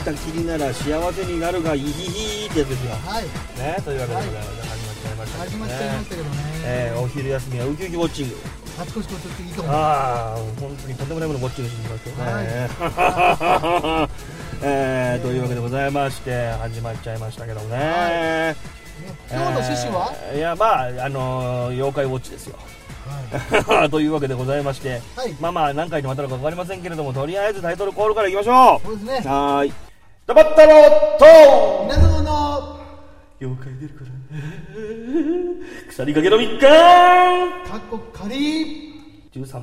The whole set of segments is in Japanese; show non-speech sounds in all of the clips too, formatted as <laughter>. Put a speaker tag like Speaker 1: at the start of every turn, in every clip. Speaker 1: ったきりなら幸せになるがいひひーってやつですよ。
Speaker 2: はい
Speaker 1: ね、というわけでございます、始まっちゃいましたけ
Speaker 2: 始
Speaker 1: ど
Speaker 2: ま
Speaker 1: ね
Speaker 2: っちゃいましたけどね、
Speaker 1: えーお昼休みはウキウキウォッチング。
Speaker 2: あちこちこちょっといいと思う
Speaker 1: ああ、本当にとんでもないものウォッチングしてますよね。
Speaker 2: はい
Speaker 1: <laughs> えーというわけでございまして、始まっちゃいましたけどね。
Speaker 2: はね今日の趣旨は、
Speaker 1: えーいや、まあ、あのー妖怪ウォッチですよ。 <laughs> というわけでございまして、
Speaker 2: はい、はい、
Speaker 1: まあまあ、何回にわたるか分かりませんけれども、とりあえずタイトルコールからいきましょう
Speaker 2: そうですね
Speaker 1: はーい。ダバったろと
Speaker 2: 皆様の
Speaker 1: 妖怪出るから。 <laughs> 鎖掛けの3日
Speaker 2: カッコカリ
Speaker 1: !13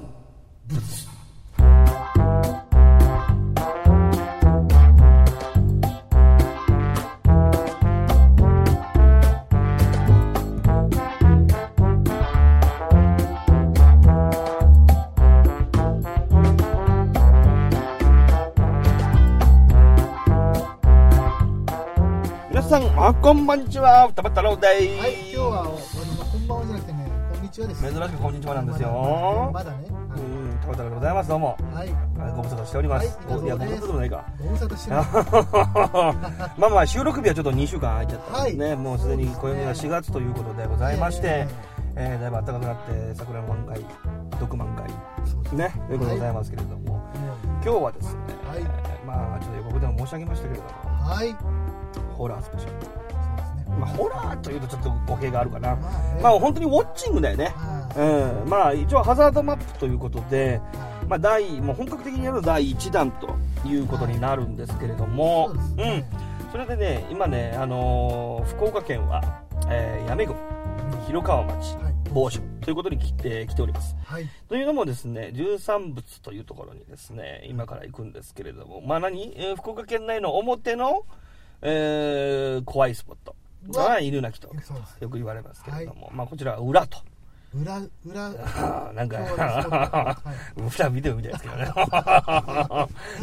Speaker 1: 皆さん、あこんばんちは。ダバったろうでーす。
Speaker 2: はい今日はあのこんばんはじゃなくてねこんにちはです
Speaker 1: 珍しくこんにちはなんです
Speaker 2: まだ
Speaker 1: よ。
Speaker 2: まだね
Speaker 1: うん、ダバったろうでございます。どうも。
Speaker 2: はい
Speaker 1: ご無沙汰しております。
Speaker 2: はい
Speaker 1: いや、ご無沙汰でもないか。 <laughs>
Speaker 2: ご無沙汰してます
Speaker 1: まあまあ収録日はちょっと2週間空いちゃったんですね、
Speaker 2: はい
Speaker 1: もうすでに暦が4月ということでございまして、
Speaker 2: え
Speaker 1: えーだいぶ暖かくなって桜の満開毒満開
Speaker 2: そうですね
Speaker 1: ねということでございますけれども、今日はですね、
Speaker 2: はい
Speaker 1: えーまあちょっと予告でも申し上げましたけれど
Speaker 2: はいそう
Speaker 1: もホラースペシャ
Speaker 2: ですね
Speaker 1: ル、まあ、ホラーというとちょっと語弊があるかな、
Speaker 2: まあね
Speaker 1: まあ本当にウォッチングだよね、
Speaker 2: は
Speaker 1: うん、まあ一応ハザードマップということで、
Speaker 2: いはい
Speaker 1: まあ、第もう本格的にやると第1弾ということになるんですけれども、
Speaker 2: そうですね
Speaker 1: うん、それでね今ね、あのー福岡県は、えー、八女郡広川町
Speaker 2: はい
Speaker 1: 某所ということに来て来ております
Speaker 2: はい
Speaker 1: というのもですね十三仏というところにですね今から行くんですけれどもまあ何、えー福岡県内の表の、えー怖いスポット
Speaker 2: うわ
Speaker 1: は犬鳴きと
Speaker 2: そうです
Speaker 1: よく言われますけれども、まあこちらは裏と。
Speaker 2: 裏裏
Speaker 1: あーなん
Speaker 2: そうですそうで
Speaker 1: か
Speaker 2: すは、
Speaker 1: 普段見てるみたいですけどね。 <laughs>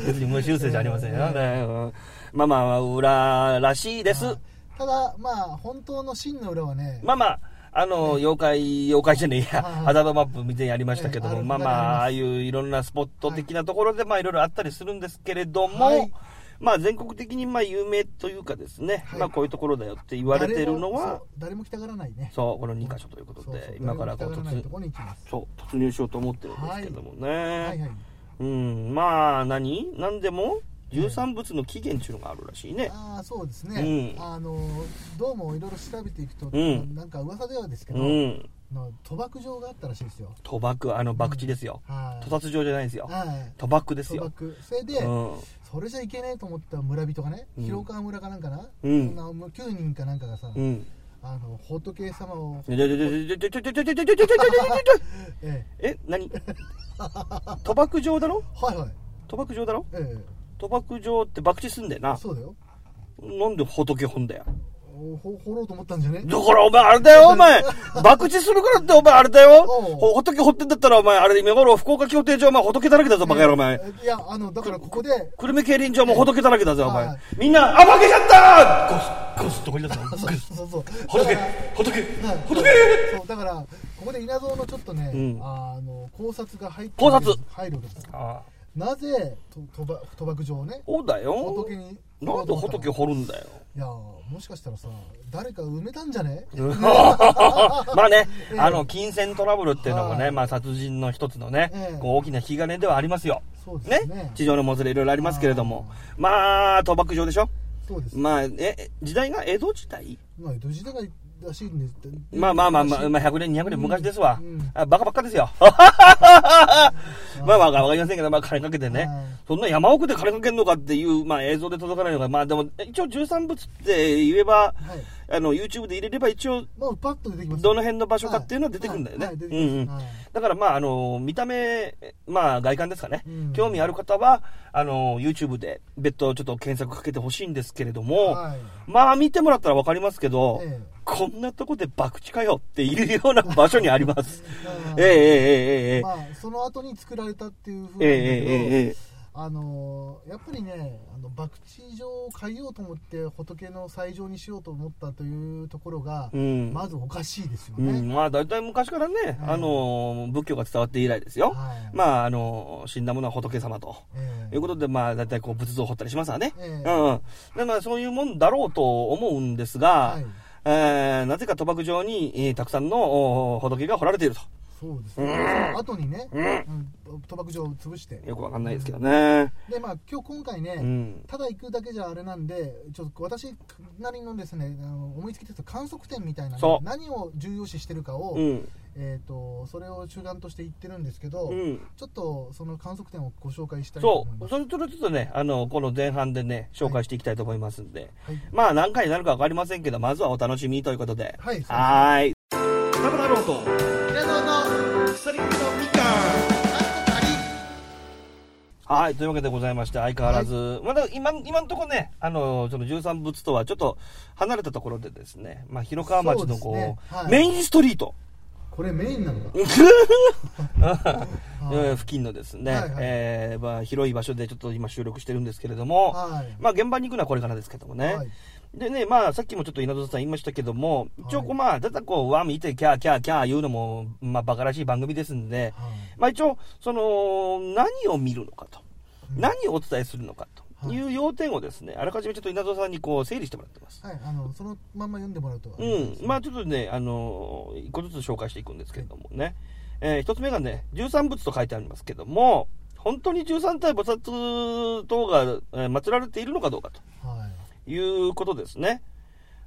Speaker 1: 別に無修正じゃありませんよね。うんまあまあ、裏らしいです。
Speaker 2: ただまあ本当の真の裏はね
Speaker 1: まあまあ、あの、妖怪、妖怪じゃねえや、
Speaker 2: はい
Speaker 1: ハザードマップ見てやりましたけども、
Speaker 2: ええ
Speaker 1: まあまあ、あ
Speaker 2: あ
Speaker 1: あいういろんなスポット的なところで、まあいろいろあったりするんですけれども、
Speaker 2: はい
Speaker 1: まあ全国的にまあ有名というかですね、
Speaker 2: はい
Speaker 1: まあこういうところだよって言われてるのは、
Speaker 2: 誰もそう誰も来たがらないね
Speaker 1: そう、この2箇所というこ
Speaker 2: そ
Speaker 1: と
Speaker 2: うそう
Speaker 1: で、今からこう
Speaker 2: 誰も来たがらない
Speaker 1: 突
Speaker 2: とこに行きます
Speaker 1: そう突入しようと思ってるんですけどもね。
Speaker 2: はいはい
Speaker 1: うん、まあ何何でも十三仏の起源っていうのがあるらしいね。
Speaker 2: ああそうですね、
Speaker 1: うん
Speaker 2: あのどうもいろいろ調べていくと、
Speaker 1: ん
Speaker 2: なんか噂ではですけ
Speaker 1: う
Speaker 2: ど、
Speaker 1: ん、
Speaker 2: の賭博場があったらしいですよ
Speaker 1: 賭博あの博打ですよ。
Speaker 2: はい
Speaker 1: 屠殺場じゃないですよ。
Speaker 2: はい
Speaker 1: 賭博です
Speaker 2: 賭
Speaker 1: よ。
Speaker 2: 博それで、
Speaker 1: うん、
Speaker 2: それじゃいけねえと思った村人がね、
Speaker 1: うん
Speaker 2: 広川村かなんかな、
Speaker 1: うん
Speaker 2: そな9人かなんかがさ、
Speaker 1: うん。
Speaker 2: あの仏様を、
Speaker 1: ででででででででででででででで
Speaker 2: え
Speaker 1: え何？賭博場だろ？
Speaker 2: えはいはい、
Speaker 1: 賭博場だろ？
Speaker 2: え
Speaker 1: 賭博場って博打すんだよ
Speaker 2: え
Speaker 1: な。
Speaker 2: そうだよ
Speaker 1: なんで仏本だよ。
Speaker 2: おほ掘ろうと思ったんじゃね
Speaker 1: だからお前あれだよお前博打するからってお前あれだよ
Speaker 2: おう
Speaker 1: ほ仏掘ってんだったらお前あれ今頃福岡協定上お前仏だらけだぞバカ野郎お前
Speaker 2: いやあのだからここで
Speaker 1: 久留米競輪場も仏だらけだぜ、お前
Speaker 2: はい。
Speaker 1: みんな、あ、負けちゃったゴス、ゴスってこりだった
Speaker 2: そうそうそう
Speaker 1: 仏
Speaker 2: だから、
Speaker 1: 仏、
Speaker 2: はい
Speaker 1: 仏
Speaker 2: そうだからここで稲造のちょっとね、
Speaker 1: うん
Speaker 2: あの考察が入って
Speaker 1: 考察
Speaker 2: 入るんです
Speaker 1: ああ、
Speaker 2: なぜと賭博賭博場をね
Speaker 1: そうだよ
Speaker 2: 仏。に
Speaker 1: なんで仏掘るんだよ。
Speaker 2: いやもしかしたらさ誰か埋めたんじゃね
Speaker 1: <laughs> まあね、
Speaker 2: ええ
Speaker 1: あの、金銭トラブルっていうのも
Speaker 2: は
Speaker 1: ね、
Speaker 2: い
Speaker 1: まあ殺人の一つのね
Speaker 2: ええ、
Speaker 1: こう大きな引き金ではありますよ。
Speaker 2: そうで
Speaker 1: ね
Speaker 2: すね
Speaker 1: 地上のもつれいろいろありますけれども。まあ、賭博場でしょ
Speaker 2: そうです
Speaker 1: まあ、え、時代が江戸時代
Speaker 2: まあ江戸時代らしいんです
Speaker 1: まあまあまあまあ、
Speaker 2: らしい
Speaker 1: まあ、100年、200年昔ですわ。
Speaker 2: うん
Speaker 1: あバカばっかですよ。 <laughs> まあまあ、わかりませんけど、まあ金かけてね
Speaker 2: はい。
Speaker 1: そんな山奥で金かけんのかっていう、まあ映像で届かないのが、まあでも、一応13物って言えば、
Speaker 2: はい
Speaker 1: あの、YouTube で入れれば一応、
Speaker 2: まあパッと出てきます
Speaker 1: どの辺の場所かっていうのは出てくるんだよね。
Speaker 2: はいはい
Speaker 1: うんうん。
Speaker 2: はい
Speaker 1: だからまあ、あの、見た目、まあ外観ですかね。
Speaker 2: うん
Speaker 1: 興味ある方は、あの、YouTube で別途ちょっと検索かけてほしいんですけれども、
Speaker 2: はい
Speaker 1: まあ見てもらったらわかりますけど、
Speaker 2: ええ
Speaker 1: こんなとこで博打かよっていうような場所にあります
Speaker 2: <laughs> 。まあ
Speaker 1: ええええええええ
Speaker 2: まあその後に作られたっていうふうなんだけど、
Speaker 1: ええええええ
Speaker 2: あのーやっぱりねあの博打場を変えようと思って仏の斎場にしようと思ったというところが、
Speaker 1: うん
Speaker 2: まずおかしいですよ
Speaker 1: う
Speaker 2: ね、
Speaker 1: ん、まあ大体昔からね、
Speaker 2: うん
Speaker 1: あの仏教が伝わって以来ですよ、
Speaker 2: はい
Speaker 1: まああの死んだものは仏様と
Speaker 2: ええ
Speaker 1: いうことでまあ大体こう仏像を彫ったりしますわね、
Speaker 2: ええ
Speaker 1: うんだからそういうもんだろうと思うんですが、
Speaker 2: はい
Speaker 1: えーなぜか賭博場に、えーたくさんのお仏が彫られていると
Speaker 2: そうですね、その後にね、うん賭博場を潰して
Speaker 1: よくわかんないですけどね、
Speaker 2: でまあ今日今回ね、
Speaker 1: うん
Speaker 2: ただ行くだけじゃあれなんでちょっと私なりのですねあの思いつきですと観測点みたいなね
Speaker 1: そう
Speaker 2: 何を重要視してるかを、
Speaker 1: うん
Speaker 2: えー、とそれを主眼として言ってるんですけど、
Speaker 1: うん
Speaker 2: ちょっとその観測点をご紹介したいと
Speaker 1: そ
Speaker 2: 思いま
Speaker 1: う、
Speaker 2: す。
Speaker 1: それとちょっとね、あの、この前半でね、紹介していきたいと思いますんで、
Speaker 2: はい
Speaker 1: まあ何回になるかわかりませんけど、まずはお楽しみということで。
Speaker 2: はい
Speaker 1: はーい。田村郎と、
Speaker 2: 平野の
Speaker 1: 鎖のみかはい、というわけでございまして、相変わらず、まだ今、今のところね、あの、その十三仏とはちょっと離れたところでですね、まあ、広川町のこう、
Speaker 2: そうですねはい
Speaker 1: メインストリート、
Speaker 2: これメイン
Speaker 1: <laughs>
Speaker 2: なのか、
Speaker 1: えー付近のですね、
Speaker 2: はいはい
Speaker 1: えーまあ、広い場所でちょっと今収録してるんですけれども、
Speaker 2: はい
Speaker 1: まあ、現場に行くのはこれからですけどもね。
Speaker 2: はい
Speaker 1: でね、まあ、さっきもちょっと稲戸さん言いましたけども、一応こう、
Speaker 2: はい
Speaker 1: まあ、だだこう、わー見て、キャーキャーキャー言うのも、まあ、バカらしい番組ですんで、
Speaker 2: はい
Speaker 1: まあ、一応、その、何を見るのかと、
Speaker 2: うん
Speaker 1: 何をお伝えするのかと
Speaker 2: はい
Speaker 1: いう要点をですね、あらかじめちょっと稲戸さんにこう、整理してもらってます。
Speaker 2: はい、あのそのまんま読んでもらうと
Speaker 1: うん、まあ、
Speaker 2: ち
Speaker 1: ちょっとね、あのー一個ずつ紹介していくんですけれどもね、えー一つ目がね、十三仏と書いてありますけども、本当に十三体菩薩等が、えー祀られているのかどうかと。
Speaker 2: ょはい
Speaker 1: いうことですね。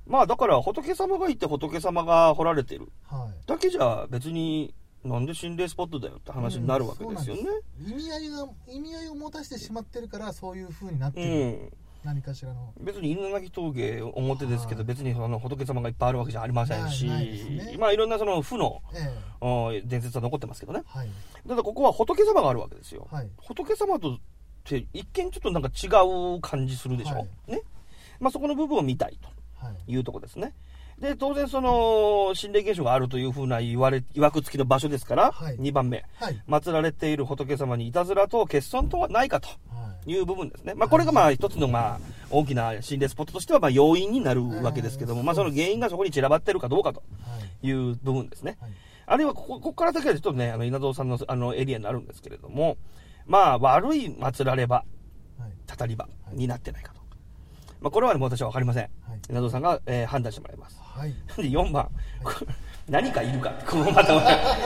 Speaker 1: まあだから仏様がいて仏様が掘られている
Speaker 2: は
Speaker 1: だけじゃ別になんで心霊スポットだよって
Speaker 2: い
Speaker 1: 話になるわけですよね
Speaker 2: うん。そうなんです意味合いが意味合いを持たせてしまってるからそういう風になって
Speaker 1: う
Speaker 2: る、
Speaker 1: ん、
Speaker 2: 何かしらの
Speaker 1: 別に犬鳴峠表ですけど
Speaker 2: はい
Speaker 1: 別にその仏様がいっぱいあるわけじゃありませんし、
Speaker 2: ないないですね
Speaker 1: まあいろんなその負の
Speaker 2: ええ
Speaker 1: うん伝説は残ってますけどね
Speaker 2: はい
Speaker 1: ただここは仏様があるわけですよ、
Speaker 2: はい
Speaker 1: 仏様とって一見ちょっとなんか違う感じするでしょ、
Speaker 2: はい
Speaker 1: ねまあそこの部分を見たいと
Speaker 2: はい
Speaker 1: いうとこですね。で、当然その、心霊現象があるというふうな言われ、曰く付きの場所ですから、
Speaker 2: はい
Speaker 1: 2番目。
Speaker 2: はい
Speaker 1: 祀られている仏様にいたずらと欠損とはないかと
Speaker 2: はい
Speaker 1: いう部分ですね。まあこれがまあ一つのまあ大きな心霊スポットとしてはまあ要因になるわけですけども、
Speaker 2: えー
Speaker 1: まあその原因がそこに散らばってるかどうかと
Speaker 2: はい
Speaker 1: いう部分ですね。
Speaker 2: はい
Speaker 1: あるいはここ、ここから先はちょっとね、あの稲造さんのあのエリアになるんですけれども、まあ悪い祀られ場、
Speaker 2: はい
Speaker 1: たたり場になってないかと。まあこれはね、もう私はわかりません。
Speaker 2: はい
Speaker 1: 稲造さんが、えー判断してもらいます。
Speaker 2: はい
Speaker 1: で、4番。 <laughs> これ何かいるかって、こうまた、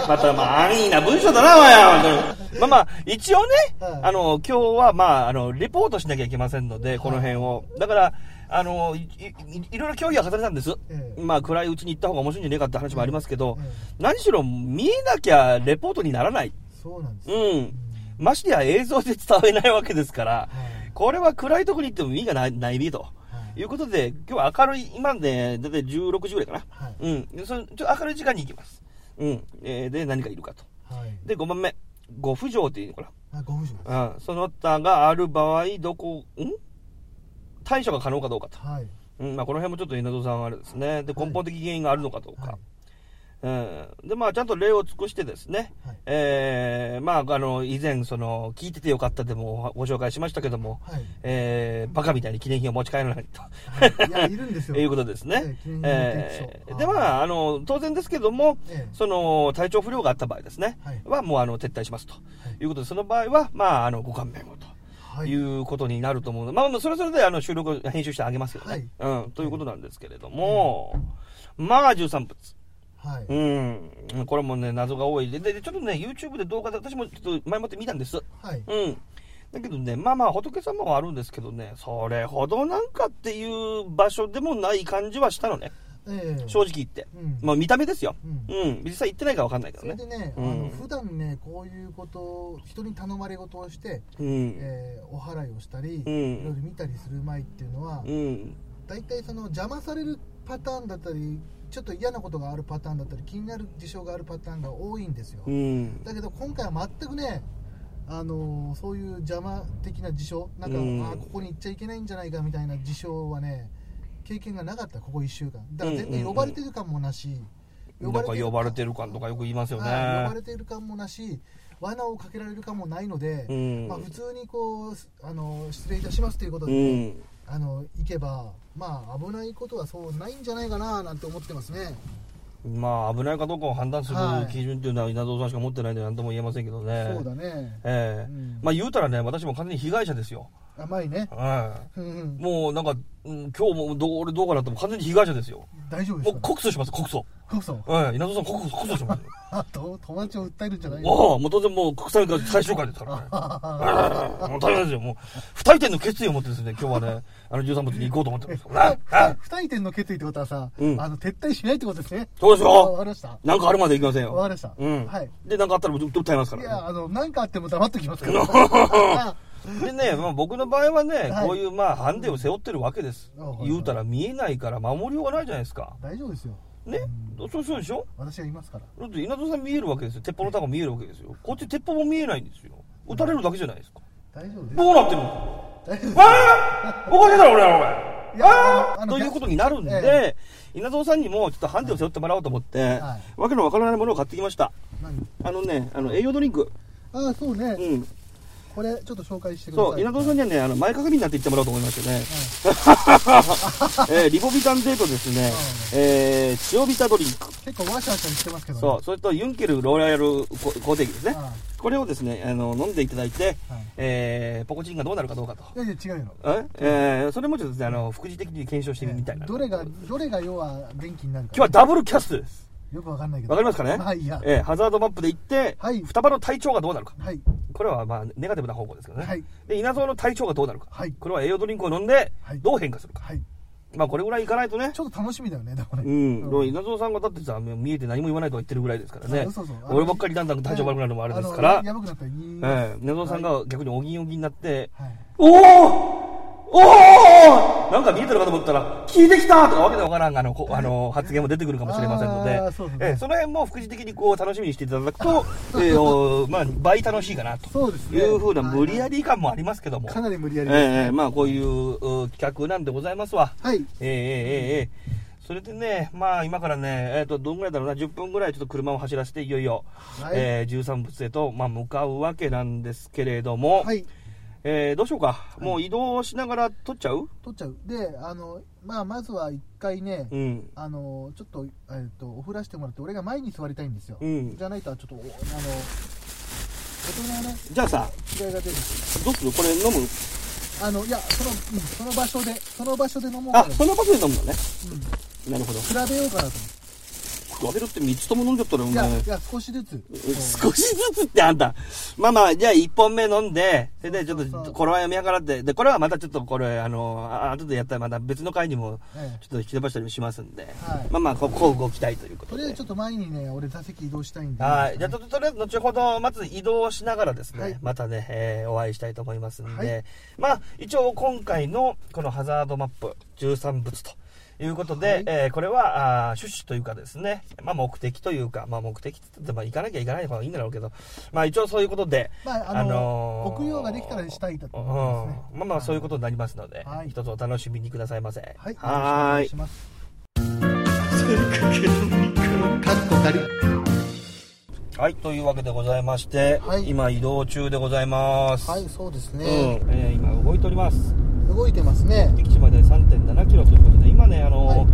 Speaker 1: また、まあ、安易な文章だな、お前本当にまあまあ、一応ね
Speaker 2: はい、
Speaker 1: あの、今日は、まあ、あの、レポートしなきゃいけませんので、この辺を。だから、あの、いいいいろいろ協議は重ねたんです。
Speaker 2: ええ
Speaker 1: まあ、暗いうちに行った方が面白いんじゃねえかって話もありますけど
Speaker 2: ええ、
Speaker 1: 何しろ見えなきゃレポートにならない。
Speaker 2: そうなんです
Speaker 1: う
Speaker 2: よ、
Speaker 1: ん。ましてや映像で伝われないわけですから
Speaker 2: はい、
Speaker 1: これは暗いとこに行っても意味がない、ないびと。
Speaker 2: はい
Speaker 1: いうことで、今日は明るい、今ね、だいたい16時ぐらいかな。
Speaker 2: はい
Speaker 1: うん。そのちょっと明るい時間に行きます。うん。えーで、何かいるかと。
Speaker 2: はい
Speaker 1: で、5番目。ご不浄っていうのか
Speaker 2: あご無事です
Speaker 1: な。うん。その他がある場合、どこ、ん対処が可能かどうかと。
Speaker 2: はい
Speaker 1: うん。まあ、この辺もちょっと稲戸さんはあれですね。で、
Speaker 2: はい
Speaker 1: 根本的原因があるのかどう
Speaker 2: は
Speaker 1: か
Speaker 2: い。
Speaker 1: うん。で、まあ、ちゃんと例を尽くしてですね。
Speaker 2: はい
Speaker 1: えーまあ、あの、以前、その、聞いててよかったでもご紹介しましたけども、
Speaker 2: はい
Speaker 1: えーバカみたいに記念品を持ち帰らない
Speaker 2: <laughs>
Speaker 1: と。
Speaker 2: はいいやいるんですよ
Speaker 1: いうことです
Speaker 2: は
Speaker 1: ね
Speaker 2: い記念。品
Speaker 1: え
Speaker 2: 提
Speaker 1: ー
Speaker 2: 出
Speaker 1: で、まあ、あの、当然ですけども
Speaker 2: ええ、
Speaker 1: その、体調不良があった場合ですね、
Speaker 2: はい
Speaker 1: はもう、あの、撤退しますと
Speaker 2: い
Speaker 1: いうことで、その場合は、まあ、あの、ご勘弁をと。
Speaker 2: はいいう
Speaker 1: ことになると思うので、まあまあ、それぞれであの収録、編集してあげますよね。うん、ということなんですけれども、まあ、13物。
Speaker 2: はい、
Speaker 1: うん、これもね、謎が多いで、で、ちょっとね、YouTube で動画で私もちょっと前もって見たんです。
Speaker 2: はい
Speaker 1: うん。だけどね、まあまあ仏様はあるんですけどね、それほどなんかっていう場所でもない感じはしたのね、
Speaker 2: ええ
Speaker 1: 正直言って。
Speaker 2: うん
Speaker 1: まあ見た目ですよ。
Speaker 2: うん
Speaker 1: うん、実際行ってないからわかんないけ
Speaker 2: そ
Speaker 1: ど
Speaker 2: れ
Speaker 1: ね
Speaker 2: で。ね、
Speaker 1: うん
Speaker 2: あの普段ねこういうことを人に頼まれ事をして、
Speaker 1: うん。
Speaker 2: えーお祓いをしたり、
Speaker 1: うん
Speaker 2: いろいろ見たりする前っていうのは、
Speaker 1: うん。
Speaker 2: 大体その邪魔されるパターンだったりちょっと嫌なことがあるパターンだったり気になる事象があるパターンが多いんですよ、
Speaker 1: うん。
Speaker 2: だけど今回は全くねあのーそういう邪魔的な事象なんか、
Speaker 1: うん
Speaker 2: あーここに行っちゃいけないんじゃないかみたいな事象はね経験がなかったここ1週間だから全然呼ばれてる感もなし、
Speaker 1: なんか呼ばれて
Speaker 2: る
Speaker 1: る感とかよく言いますよね。
Speaker 2: はい呼ばれている感もなし罠をかけられるかもないので、
Speaker 1: うん
Speaker 2: まあ、普通にこうあの失礼いたしますということ
Speaker 1: う
Speaker 2: で、
Speaker 1: ん
Speaker 2: あの行けば、まあ、危ないことはそうないんじゃないかななんて思ってますね。
Speaker 1: まあ危ないかどうかを判断する
Speaker 2: はい
Speaker 1: 基準っていうのは稲造さんしか持ってないんで何とも言えませんけどね
Speaker 2: そうだね、
Speaker 1: ええ
Speaker 2: うん
Speaker 1: まあ言うたらね私も完全に被害者ですよ、
Speaker 2: 甘いね、
Speaker 1: え
Speaker 2: うんう
Speaker 1: え
Speaker 2: ん
Speaker 1: もうなんか、うん今日もどう俺どうかなっても完全に被害者ですよ
Speaker 2: 大丈夫で
Speaker 1: も
Speaker 2: す
Speaker 1: う
Speaker 2: か、ね、
Speaker 1: 告訴します告訴
Speaker 2: こそ
Speaker 1: ええ稲造さん告訴告訴しますよ
Speaker 2: あと友達を訴えるんじゃないの
Speaker 1: ああもう当然もう国際会最終回
Speaker 2: <laughs>
Speaker 1: ですからねええもう大変ですよもう不退転の決意を持ってですね今日はねあの13物に行こうと思ってますからねええ
Speaker 2: 不退転の決意ってことはさ、
Speaker 1: うん
Speaker 2: あの撤退しないってことですね。
Speaker 1: そうですよ
Speaker 2: わかりました。
Speaker 1: なんかあるまで行きませんよ
Speaker 2: わかりました
Speaker 1: うん
Speaker 2: はい
Speaker 1: でなんかあったら訴えますから
Speaker 2: い
Speaker 1: ね
Speaker 2: や、あの、なんかあっても黙っと
Speaker 1: <laughs>
Speaker 2: きますから。
Speaker 1: でね、まあ、僕の場合はね、
Speaker 2: はい
Speaker 1: こういうまあハンデを背負ってるわけです、
Speaker 2: あはい
Speaker 1: 言うたら見えないから守りようがないじゃないですか
Speaker 2: 大丈夫ですよ。
Speaker 1: ね
Speaker 2: う
Speaker 1: そうそうでしょ
Speaker 2: 私がいますから。
Speaker 1: だって稲田さん見えるわけですよ鉄砲の弾見えるわけですよこっち鉄砲も見えないんですよ撃たれるだけじゃないですか
Speaker 2: 大丈夫です。
Speaker 1: どうなってるの
Speaker 2: 大丈夫です。
Speaker 1: ああおかしいだろ俺はお前
Speaker 2: いや
Speaker 1: あ
Speaker 2: あ
Speaker 1: あ
Speaker 2: の
Speaker 1: ということになるんで
Speaker 2: え、
Speaker 1: 稲造さんにもちょっとハンデを背負ってもらおうと思って、
Speaker 2: は
Speaker 1: わけのわからないものを買ってきました
Speaker 2: 何
Speaker 1: あのねあの栄養ドリンク
Speaker 2: ああ、そうね、
Speaker 1: うん
Speaker 2: これ、ちょっと紹介してください。
Speaker 1: そう、稲田さんにはね、あの前かがみになっていってもらおうと思いましてね。えーリボビタンデートですね。えー、塩ビタドリンク。
Speaker 2: 結構ワシャワシャ言ってますけど、ね。
Speaker 1: そう、それとユンケルローヤルココーテーキですね。
Speaker 2: あ
Speaker 1: これをですね、あの、飲んでいただいて、
Speaker 2: はい
Speaker 1: えー、ポコチンがどうなるかどうかと。
Speaker 2: いやいや、違うよ。
Speaker 1: ええーそれもちょっとですね、あの、副次的に検証してみたいな。
Speaker 2: どれが、
Speaker 1: 今
Speaker 2: どれが要は元気になるか。
Speaker 1: 日はダブルキャストです。
Speaker 2: よくわかんないけど。
Speaker 1: わかりますかね
Speaker 2: まあいいや。
Speaker 1: えーハザードマップで行って、
Speaker 2: はい
Speaker 1: 双葉の体調がどうなるか。
Speaker 2: はい。
Speaker 1: これはまあ、ネガティブな方向ですけどね。
Speaker 2: はい
Speaker 1: で、稲造の体調がどうなるか。
Speaker 2: はい
Speaker 1: これは栄養ドリンクを飲んで
Speaker 2: は、い
Speaker 1: どう変化するか。
Speaker 2: はい。
Speaker 1: まあこれぐらいいかないとね
Speaker 2: ち。ょっと楽しみだよね、でもね。
Speaker 1: うん。でも稲造さんがだってさ、見えて何も言わないとは言ってるぐらいですからね
Speaker 2: あそうそう。あの
Speaker 1: 俺ばっかりだんだん体調悪くなるのもあれですか
Speaker 2: あ
Speaker 1: ら
Speaker 2: の。やばくなったら言います
Speaker 1: ええ、稲造さんが逆におぎんおぎんになって、
Speaker 2: はい。
Speaker 1: おおおおなんか見えてるかと思ったら、聞いてきたとかわけでわからんあの、こあの、発言も出てくるかもしれませんの
Speaker 2: あー
Speaker 1: で
Speaker 2: そうそう、
Speaker 1: ええその辺も副次的にこう楽しみにしていただくと、ええおまあ、倍楽しいかなと。
Speaker 2: そうですね。
Speaker 1: いうふうな無理やり感もありますけども。
Speaker 2: かなり無理やり
Speaker 1: え
Speaker 2: です
Speaker 1: えええまあこういうう企画なんでございますわ。
Speaker 2: はい。
Speaker 1: ええええええそれでね、まあ今からね、えっとどんぐらいだろうな、10分ぐらいちょっと車を走らせて、いよいよ、
Speaker 2: はい
Speaker 1: えー13物へと、まあ、向かうわけなんですけれども、
Speaker 2: はい。
Speaker 1: えーどうしようか、もう移動しながら撮っちゃう、
Speaker 2: 取っちゃう。で、あの、まあ、まずは一回ね、
Speaker 1: うん、
Speaker 2: あの、ちょっと、えっ、と、おふらしてもらって、俺が前に座りたいんですよ。
Speaker 1: うん
Speaker 2: じゃないと、ちょっと、おあの、大人のね、
Speaker 1: じゃあさ、
Speaker 2: 違いが出る。
Speaker 1: どうする、これ飲む、
Speaker 2: あの、いや、その、うん、その場所で、その場所で飲もうか
Speaker 1: あ
Speaker 2: な。
Speaker 1: その場所で飲むのね、
Speaker 2: うん。
Speaker 1: なるほど、
Speaker 2: 比べようかなと
Speaker 1: 食べるって3つとも飲んじゃったら、お
Speaker 2: 思って。いや、
Speaker 1: 前
Speaker 2: いや、少しずつ。うん
Speaker 1: 少しずつってあんた。まあまあ、じゃあ1本目飲んで、それでちょっ
Speaker 2: そうそ
Speaker 1: と、
Speaker 2: う
Speaker 1: これは読み上がって、で、これはまたちょっとこれ、あの、あ後でやったらまた別の回にも、
Speaker 2: え
Speaker 1: ちょっと引き伸ばしたりもしますんで、
Speaker 2: はい
Speaker 1: まあまあ、こう、こうご期待ということ
Speaker 2: え
Speaker 1: で。
Speaker 2: とりあえずちょっと前にね、俺座席移動したいんで。
Speaker 1: はい。じゃあ、ととりあえず、後ほど、まず移動しながらですね、
Speaker 2: はい
Speaker 1: またね、えーお会いしたいと思いますんで、
Speaker 2: はい
Speaker 1: まあ、一応、今回の、このハザードマップ、13物ということで、
Speaker 2: はい
Speaker 1: えーこれは、あー趣旨というかですね、まあ、目的というか、まあ、目的って言って、まあ、行かなきゃ行かない方がいいんだろうけど、まあ、一応そういうことで、
Speaker 2: まあ、あの、送りようができたらしたいだと
Speaker 1: うん
Speaker 2: 思いますね。
Speaker 1: まあまあ、そういうことになりますので、
Speaker 2: はい
Speaker 1: 一つお楽しみにくださいませ。
Speaker 2: はい。
Speaker 1: はーい
Speaker 2: お願し。ます。
Speaker 1: はい、というわけでございまして、
Speaker 2: はい
Speaker 1: 今移動中でございます。
Speaker 2: はい、そうです
Speaker 1: うん、
Speaker 2: ね。
Speaker 1: えー今動いております。
Speaker 2: 動いてますね。
Speaker 1: 敵地まで3.7キロということで、今ね、あの、
Speaker 2: はい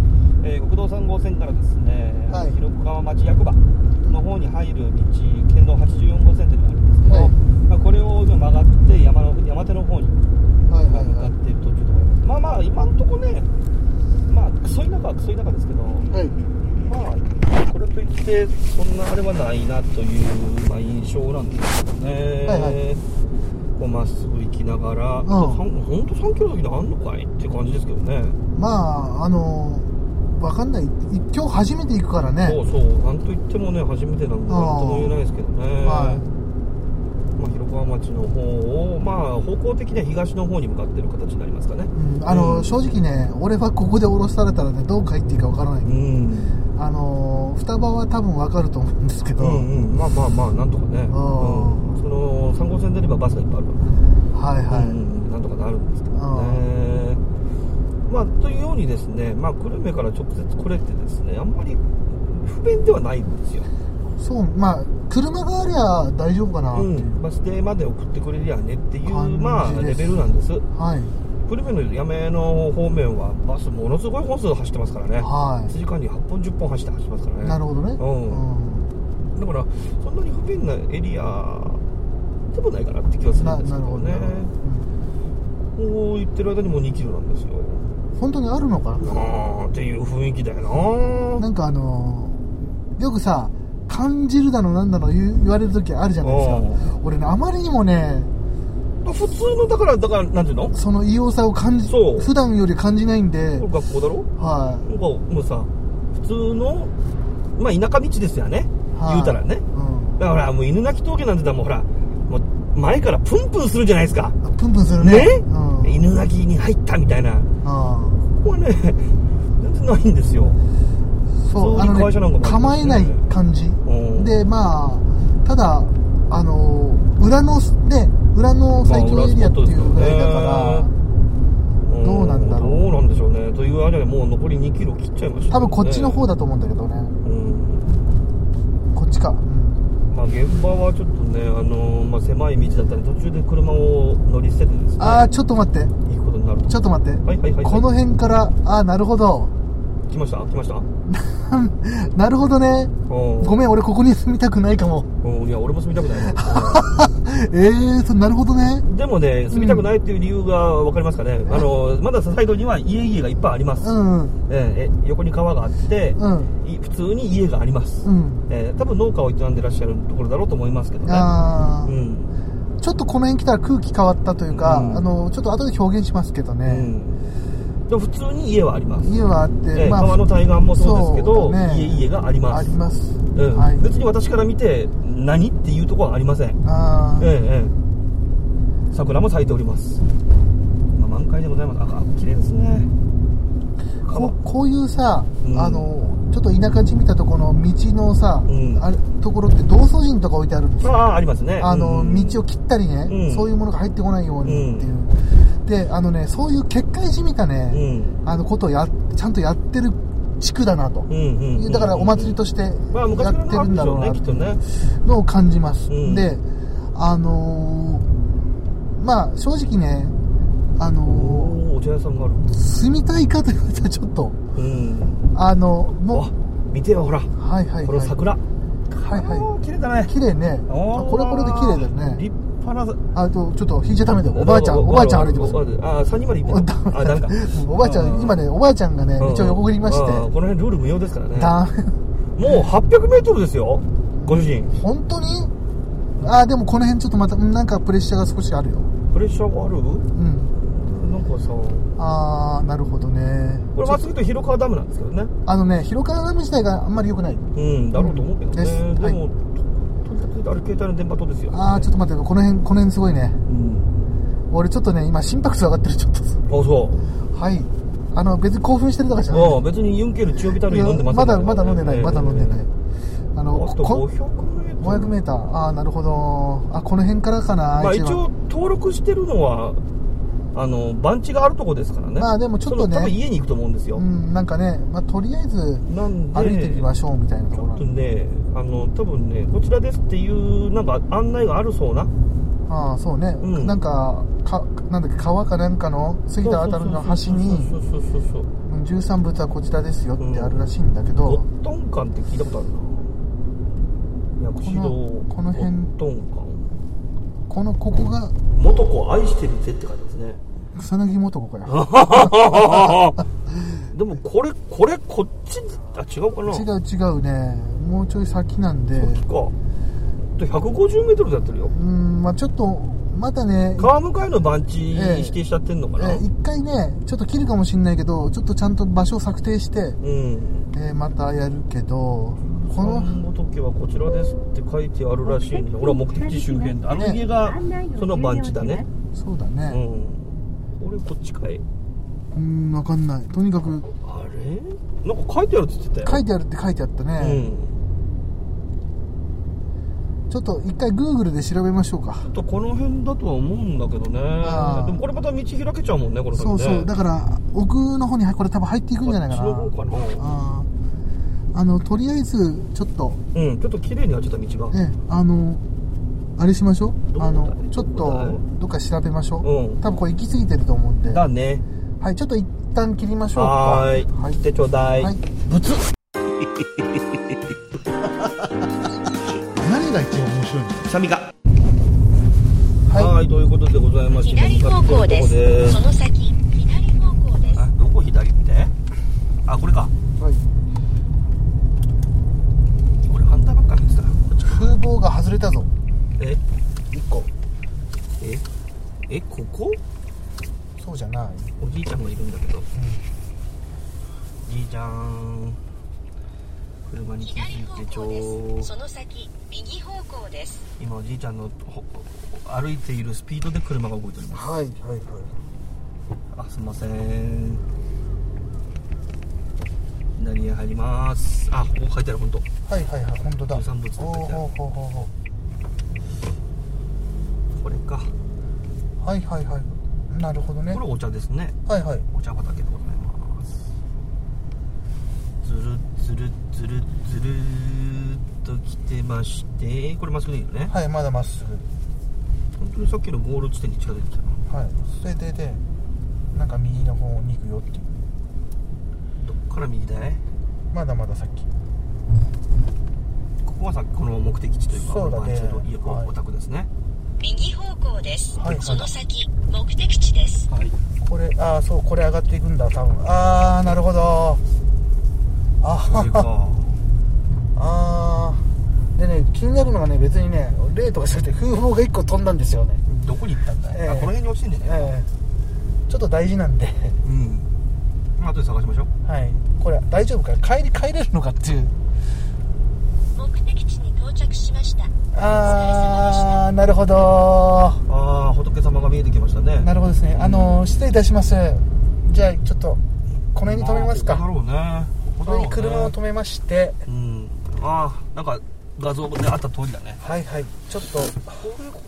Speaker 1: えー国道3号線からですね、あの
Speaker 2: はい
Speaker 1: 広川町役場の方に入る道、県道84号線というのがあるんですけど、
Speaker 2: はい
Speaker 1: まあ、これを今曲がって山の、山手の方に
Speaker 2: はい
Speaker 1: 今
Speaker 2: はい
Speaker 1: 向か
Speaker 2: は
Speaker 1: っている途中でございます。まあまあ、今のとこね、まあ、クソ田舎はクソ田舎ですけど、
Speaker 2: い。はい。
Speaker 1: まあ、これといって、そんなあれはないなという、まあ、印象なんですけどね、
Speaker 2: はいはい
Speaker 1: こうまっすぐ行きながら、
Speaker 2: ん
Speaker 1: 本当3キロ先であんのかいっていう感じですけどね、
Speaker 2: まあ、あの、わかんない。今日初めて行くからね。
Speaker 1: そうそう、なんといってもね、初めてなんで、
Speaker 2: あー
Speaker 1: なんとも言えないですけどね、
Speaker 2: は
Speaker 1: まあ、広川町の方を、まあ、方向的には東の方に向かってる形になりますかね
Speaker 2: い。。うん、あの、正直ね、俺はここで降ろされたらね、どう帰っていいかわからない。
Speaker 1: うん、
Speaker 2: あの、双葉は多分わかると思うんですけ
Speaker 1: う
Speaker 2: ど、
Speaker 1: んうん、まあまあまあ、なんとかね、うん、その3号線出ればバスがいっぱいあるから。
Speaker 2: はいはい。
Speaker 1: うんなんとかなるんですけどね
Speaker 2: あ。
Speaker 1: まあ、というようにですね、まあ、久留米から直接来れてですね、あんまり不便ではないんですよ。
Speaker 2: そうまあ車がありゃ大丈夫かなって
Speaker 1: う
Speaker 2: いう、
Speaker 1: ん、バス停まで送ってくれりゃねっていう
Speaker 2: 感じです
Speaker 1: まあレベルなんです
Speaker 2: はい
Speaker 1: 久留米の八女の方面はバスものすごい本数走ってますからね
Speaker 2: は
Speaker 1: 1時間に8本10本走って走ってますから
Speaker 2: い
Speaker 1: ね
Speaker 2: なるほどね
Speaker 1: うんだからそんなに不便なエリアでもないかなって気がする
Speaker 2: なん
Speaker 1: です
Speaker 2: な
Speaker 1: け
Speaker 2: る
Speaker 1: ど
Speaker 2: ほど
Speaker 1: ね
Speaker 2: ね、
Speaker 1: こう言ってる間にもう2キロなんですよ
Speaker 2: うん本当にあるのかな
Speaker 1: あーっていう雰囲気だよな
Speaker 2: なんかあのーよくさ感じるだのなんだの言う言われる時あるじゃないですか
Speaker 1: おう
Speaker 2: 俺ねあまりにもね
Speaker 1: 普通のだからだからなんていうの
Speaker 2: その異様さを感じ
Speaker 1: そう
Speaker 2: 普段より感じないんで
Speaker 1: 学校だろ
Speaker 2: は
Speaker 1: なんかもうさ普通のまあ田舎道ですよね、
Speaker 2: はい
Speaker 1: 言うたらね
Speaker 2: い、うん
Speaker 1: だからもう犬鳴峠なんてだもうほらもう前からプンプンするじゃないですか、
Speaker 2: あ、プンプンするね
Speaker 1: ね
Speaker 2: うん、
Speaker 1: 犬鳴に入ったみたいな
Speaker 2: あ
Speaker 1: ここはね全然ないんですよ
Speaker 2: ーそう
Speaker 1: 普
Speaker 2: あ
Speaker 1: 通に
Speaker 2: の
Speaker 1: 会社なんか
Speaker 2: ね
Speaker 1: もありま
Speaker 2: 構
Speaker 1: すよ
Speaker 2: え
Speaker 1: ね
Speaker 2: ない感じ
Speaker 1: うん
Speaker 2: でまあただあのー裏のね裏の最強エリアっていうぐらいだから、どうなんだろう
Speaker 1: どうなんでしょうねというあれでもう残り2キロ切っちゃいましたね
Speaker 2: 多分こっちの方だと思うんだけどね
Speaker 1: うん
Speaker 2: こっちか、うん
Speaker 1: まあ現場はちょっとねあのまあ狭い道だったり途中で車を乗り捨ててですね
Speaker 2: ああちょっと待って
Speaker 1: 行くことになると
Speaker 2: ちょっと待って、
Speaker 1: はいはいはいはい
Speaker 2: この辺からああなるほど <laughs>
Speaker 1: 来ました来ました
Speaker 2: なるほどねご
Speaker 1: ご
Speaker 2: めん俺ここに住みたくないかも <laughs>
Speaker 1: んいや俺も住みたくない
Speaker 2: ええー、そうなるほどね
Speaker 1: でもね住みたくないっていう理由が分かりますかね、あのまだサイドには家々がいっぱいあります、
Speaker 2: うん
Speaker 1: ええ横に川があって、
Speaker 2: うん
Speaker 1: い普通に家があります、
Speaker 2: うん
Speaker 1: えー多分農家を営んでらっしゃるところだろうと思いますけどね
Speaker 2: あ
Speaker 1: う
Speaker 2: ー
Speaker 1: ん、
Speaker 2: ちょっとこの辺来たら空気変わったというか、
Speaker 1: うん
Speaker 2: あのちょっと後で表現しますけど
Speaker 1: う
Speaker 2: ね、
Speaker 1: ん、でも普通に家はあります、
Speaker 2: 家はあって、
Speaker 1: えー川の対岸もそうですけど、
Speaker 2: そうだね
Speaker 1: 家々があります
Speaker 2: あります、
Speaker 1: うん
Speaker 2: はい
Speaker 1: 別に私から見て何っていうところはありません、
Speaker 2: あ
Speaker 1: え
Speaker 2: ー
Speaker 1: えええ桜も咲いております、まあ、満開でございますあ綺麗ですね川
Speaker 2: ここういうさ、
Speaker 1: うん
Speaker 2: あのちょっと田舎地みたとこの道のさ、
Speaker 1: うん
Speaker 2: あれところって道祖神とか置いてあるんです
Speaker 1: あ
Speaker 2: よ
Speaker 1: あありますね
Speaker 2: あの道を切ったりね、
Speaker 1: うん
Speaker 2: そういうものが入ってこないようにっていう、であのねそういう決壊地みた
Speaker 1: う
Speaker 2: ね、
Speaker 1: ん
Speaker 2: あのことをやちゃんとやってる地区だなと、
Speaker 1: うんうんうん
Speaker 2: だからお祭りとしてや
Speaker 1: まあ昔から
Speaker 2: ってるんだろうな
Speaker 1: あ
Speaker 2: っ
Speaker 1: るんで
Speaker 2: て
Speaker 1: しょ
Speaker 2: いう
Speaker 1: ねきっとね
Speaker 2: うのを感じます、
Speaker 1: うん
Speaker 2: であのーまあ正直ねあの
Speaker 1: おお茶屋さんがある
Speaker 2: ー住みたいかと言われたらちょっと
Speaker 1: うん
Speaker 2: あの
Speaker 1: あ
Speaker 2: も
Speaker 1: 見てよほら
Speaker 2: うはいはいはい
Speaker 1: この桜はい
Speaker 2: はい
Speaker 1: 綺麗だね
Speaker 2: 綺麗ねあ
Speaker 1: おー
Speaker 2: これはこれで綺麗だよね
Speaker 1: 立派な
Speaker 2: あとちょっと引いちゃダメだよおばあちゃんおばあちゃん歩いてます
Speaker 1: おばあちゃんあー三人まで
Speaker 2: <laughs>
Speaker 1: 行ってるあダメか
Speaker 2: おばあちゃん今ねおばあちゃんがね <laughs>
Speaker 1: うん
Speaker 2: 道を横切りまして
Speaker 1: うんこの辺ルール無用ですからね
Speaker 2: だ
Speaker 1: もう 800m ですよご主人
Speaker 2: 本当にあでもこの辺ちょっとまたうんなんかプレッシャーが少しあるよ
Speaker 1: プレッシャーがある
Speaker 2: うん
Speaker 1: なんかさ
Speaker 2: ああなるほどね
Speaker 1: これまっすぐと広川ダムなんですけどね
Speaker 2: あのね広川ダム自体があんまり良くない
Speaker 1: うんだろうと思うけどね
Speaker 2: です
Speaker 1: で
Speaker 2: はい
Speaker 1: もととりあえずあれ携帯の電波塔ですよ
Speaker 2: ああちょっと待ってこの辺この辺すごいね
Speaker 1: うん
Speaker 2: 俺ちょっとね今心拍数上がってるちょっと
Speaker 1: あそう
Speaker 2: はいあの別に興奮してるとかじゃない
Speaker 1: ああ別にユンケルチオビタルイ飲んでません
Speaker 2: ま
Speaker 1: から
Speaker 2: だ
Speaker 1: ね
Speaker 2: まだ飲んでない、
Speaker 1: ええ
Speaker 2: まだ飲んでない。あ
Speaker 1: あ
Speaker 2: の、
Speaker 1: と
Speaker 2: こ
Speaker 1: 500
Speaker 2: 500
Speaker 1: メートル
Speaker 2: メーター、ああ、なるほど。あ、この辺からかな、
Speaker 1: まあ一
Speaker 2: は
Speaker 1: 応登録してるのはあの番地があるとこですからね
Speaker 2: まあでもちょっとね
Speaker 1: その多分家に行くと思うんですよ、
Speaker 2: うん、なんかね、まあ、とりあえず
Speaker 1: なんで
Speaker 2: 歩いてみましょうみたいなと
Speaker 1: ち
Speaker 2: こ
Speaker 1: ょ
Speaker 2: ろ
Speaker 1: っ
Speaker 2: なん
Speaker 1: と
Speaker 2: で。
Speaker 1: ねあの多分ねこちらですっていうなんか案内があるそうな
Speaker 2: ああ、そうね。
Speaker 1: うん
Speaker 2: なんか、か、なんだっけ、川かなんかの、杉田渡るの橋に、
Speaker 1: そうそうそうそう
Speaker 2: うん13物はこちらですよってあるらしいんだけ
Speaker 1: ゴ
Speaker 2: ど、
Speaker 1: ットン館って聞いたことあるな薬師堂
Speaker 2: このこの辺
Speaker 1: ゴットン館
Speaker 2: この、ここが、
Speaker 1: 元子を愛してるぜって書いてますね
Speaker 2: 草薙素子かよ。
Speaker 1: <laughs> でもこれこれこっちあ違うかな
Speaker 2: 違う違うね。もうちょい先なんで、
Speaker 1: こっちかで150メートルでやってるよ
Speaker 2: うん、まあちょっと、まだね、
Speaker 1: 川向かいの番地
Speaker 2: ええ
Speaker 1: 指定しちゃってんのかな、
Speaker 2: えー一回ねちょっと切るかもしんないけどちょっとちゃんと場所を策定して、
Speaker 1: うん
Speaker 2: えーまたやるけどこの
Speaker 1: 三仏はこちらですって書いてあるらしいねほら目的地周辺だあの
Speaker 2: ね
Speaker 1: 家がその番地だね
Speaker 2: そうだ
Speaker 1: うん
Speaker 2: ね
Speaker 1: これこっちかいう
Speaker 2: ーんわかんないとにかく
Speaker 1: あれなんか書いてあるっつってたよ
Speaker 2: 書いてあるって書いてあった
Speaker 1: う
Speaker 2: ね、
Speaker 1: ん
Speaker 2: ちょっと一回 Google で調べましょうか
Speaker 1: ちょっとこの辺だとは思うんだけどね
Speaker 2: ああ
Speaker 1: でもこれまた道開けちゃうもんねこれ
Speaker 2: そうそうだ
Speaker 1: か
Speaker 2: から奥の方にこれ多分入っていくんじゃないかな
Speaker 1: こっちの方かな
Speaker 2: あーあのとりあえずちょっと
Speaker 1: うん、ちょっと綺麗になっちゃった道が。
Speaker 2: ねあのあれしましょ
Speaker 1: どこだい
Speaker 2: うあのちょっ
Speaker 1: どこだ
Speaker 2: と
Speaker 1: い
Speaker 2: どっか調べましょう、
Speaker 1: うん
Speaker 2: 多分これ行き過ぎてると思うんで
Speaker 1: だね。
Speaker 2: はいちょっと一旦切りましょうか
Speaker 1: はーい。
Speaker 2: は
Speaker 1: 切ってちょうだい。
Speaker 2: はい
Speaker 1: ぶつ
Speaker 2: 何が一番面白い
Speaker 1: サミが。
Speaker 2: の
Speaker 1: は
Speaker 2: はい
Speaker 1: ーい、ということでございまして。
Speaker 3: 左方
Speaker 1: 向かっ
Speaker 3: 向で
Speaker 1: てる
Speaker 3: す。
Speaker 1: と
Speaker 3: そ
Speaker 1: こ
Speaker 3: の先、左方向です
Speaker 1: で。あ、どこ左ってあ、これか。
Speaker 2: はい、
Speaker 1: これ反対ばっかり見てた。こっちか
Speaker 2: 風防が外れたぞ
Speaker 1: え、
Speaker 2: 1個
Speaker 1: え、え、ここ
Speaker 2: そうじゃない
Speaker 1: おじいちゃんがいるんだけど。じいちゃん。車に気
Speaker 3: 左
Speaker 1: づい
Speaker 3: 方
Speaker 1: てちょ
Speaker 3: 向で
Speaker 1: う
Speaker 3: す。。その先、右方向です。
Speaker 1: 今おじいちゃんのほ歩いているスピードで車が動いております
Speaker 2: はいはいはい
Speaker 1: あすいません左へ入りますあここ書いてある本当
Speaker 2: はいはいはい本当だ
Speaker 1: 農産物
Speaker 2: ほう
Speaker 1: の書いてある
Speaker 2: ほうほうほうほ
Speaker 1: これか
Speaker 2: うはいはいはいなるほどね
Speaker 1: これお茶ですね
Speaker 2: はいはい
Speaker 1: お茶畑でございますずるずるずるずるっと来てましてこれまっすぐでいいよね、
Speaker 2: はいまだまっすぐ
Speaker 1: 本当にさっきのゴール地点に近づいてきたな
Speaker 2: はいそれででなんか右の方に行くよっていう
Speaker 1: どっから右だい
Speaker 2: まだまださっき
Speaker 1: ここはさこの目的地というか
Speaker 2: そうだね
Speaker 1: まあ一応いいお
Speaker 2: はい
Speaker 1: お宅です
Speaker 2: <laughs>
Speaker 1: ね
Speaker 3: 右方向です。
Speaker 2: はい
Speaker 3: その先、目的地です。
Speaker 1: はい
Speaker 2: これああそうこれ上がっていくんだ多分ああなるほど
Speaker 1: これ
Speaker 2: あ
Speaker 1: か
Speaker 2: あーでね気になるのがね別にね例とかじゃなくて風貌が1個飛んだんですよね
Speaker 1: どこに行ったんだい、
Speaker 2: ええ
Speaker 1: あこの辺に落ちてんだよね、
Speaker 2: ええちょっと大事なんで <laughs>
Speaker 1: うんまあ後で探しましょう
Speaker 2: はいこれ大丈夫か帰り帰れるのかっていう
Speaker 3: 目的地に到着しました。お疲れ様でした。
Speaker 2: ああなるほど
Speaker 1: ああ仏様が見えてきましたね
Speaker 2: なるほどですねあの失礼いたしますじゃあちょっとこの辺に止めます
Speaker 1: あ
Speaker 2: か
Speaker 1: ここだろうねここ
Speaker 2: こ
Speaker 1: だろうね
Speaker 2: の辺に車を止めまして
Speaker 1: うんああなんか画像であった通りだね
Speaker 2: はいはいちょっと
Speaker 1: これこ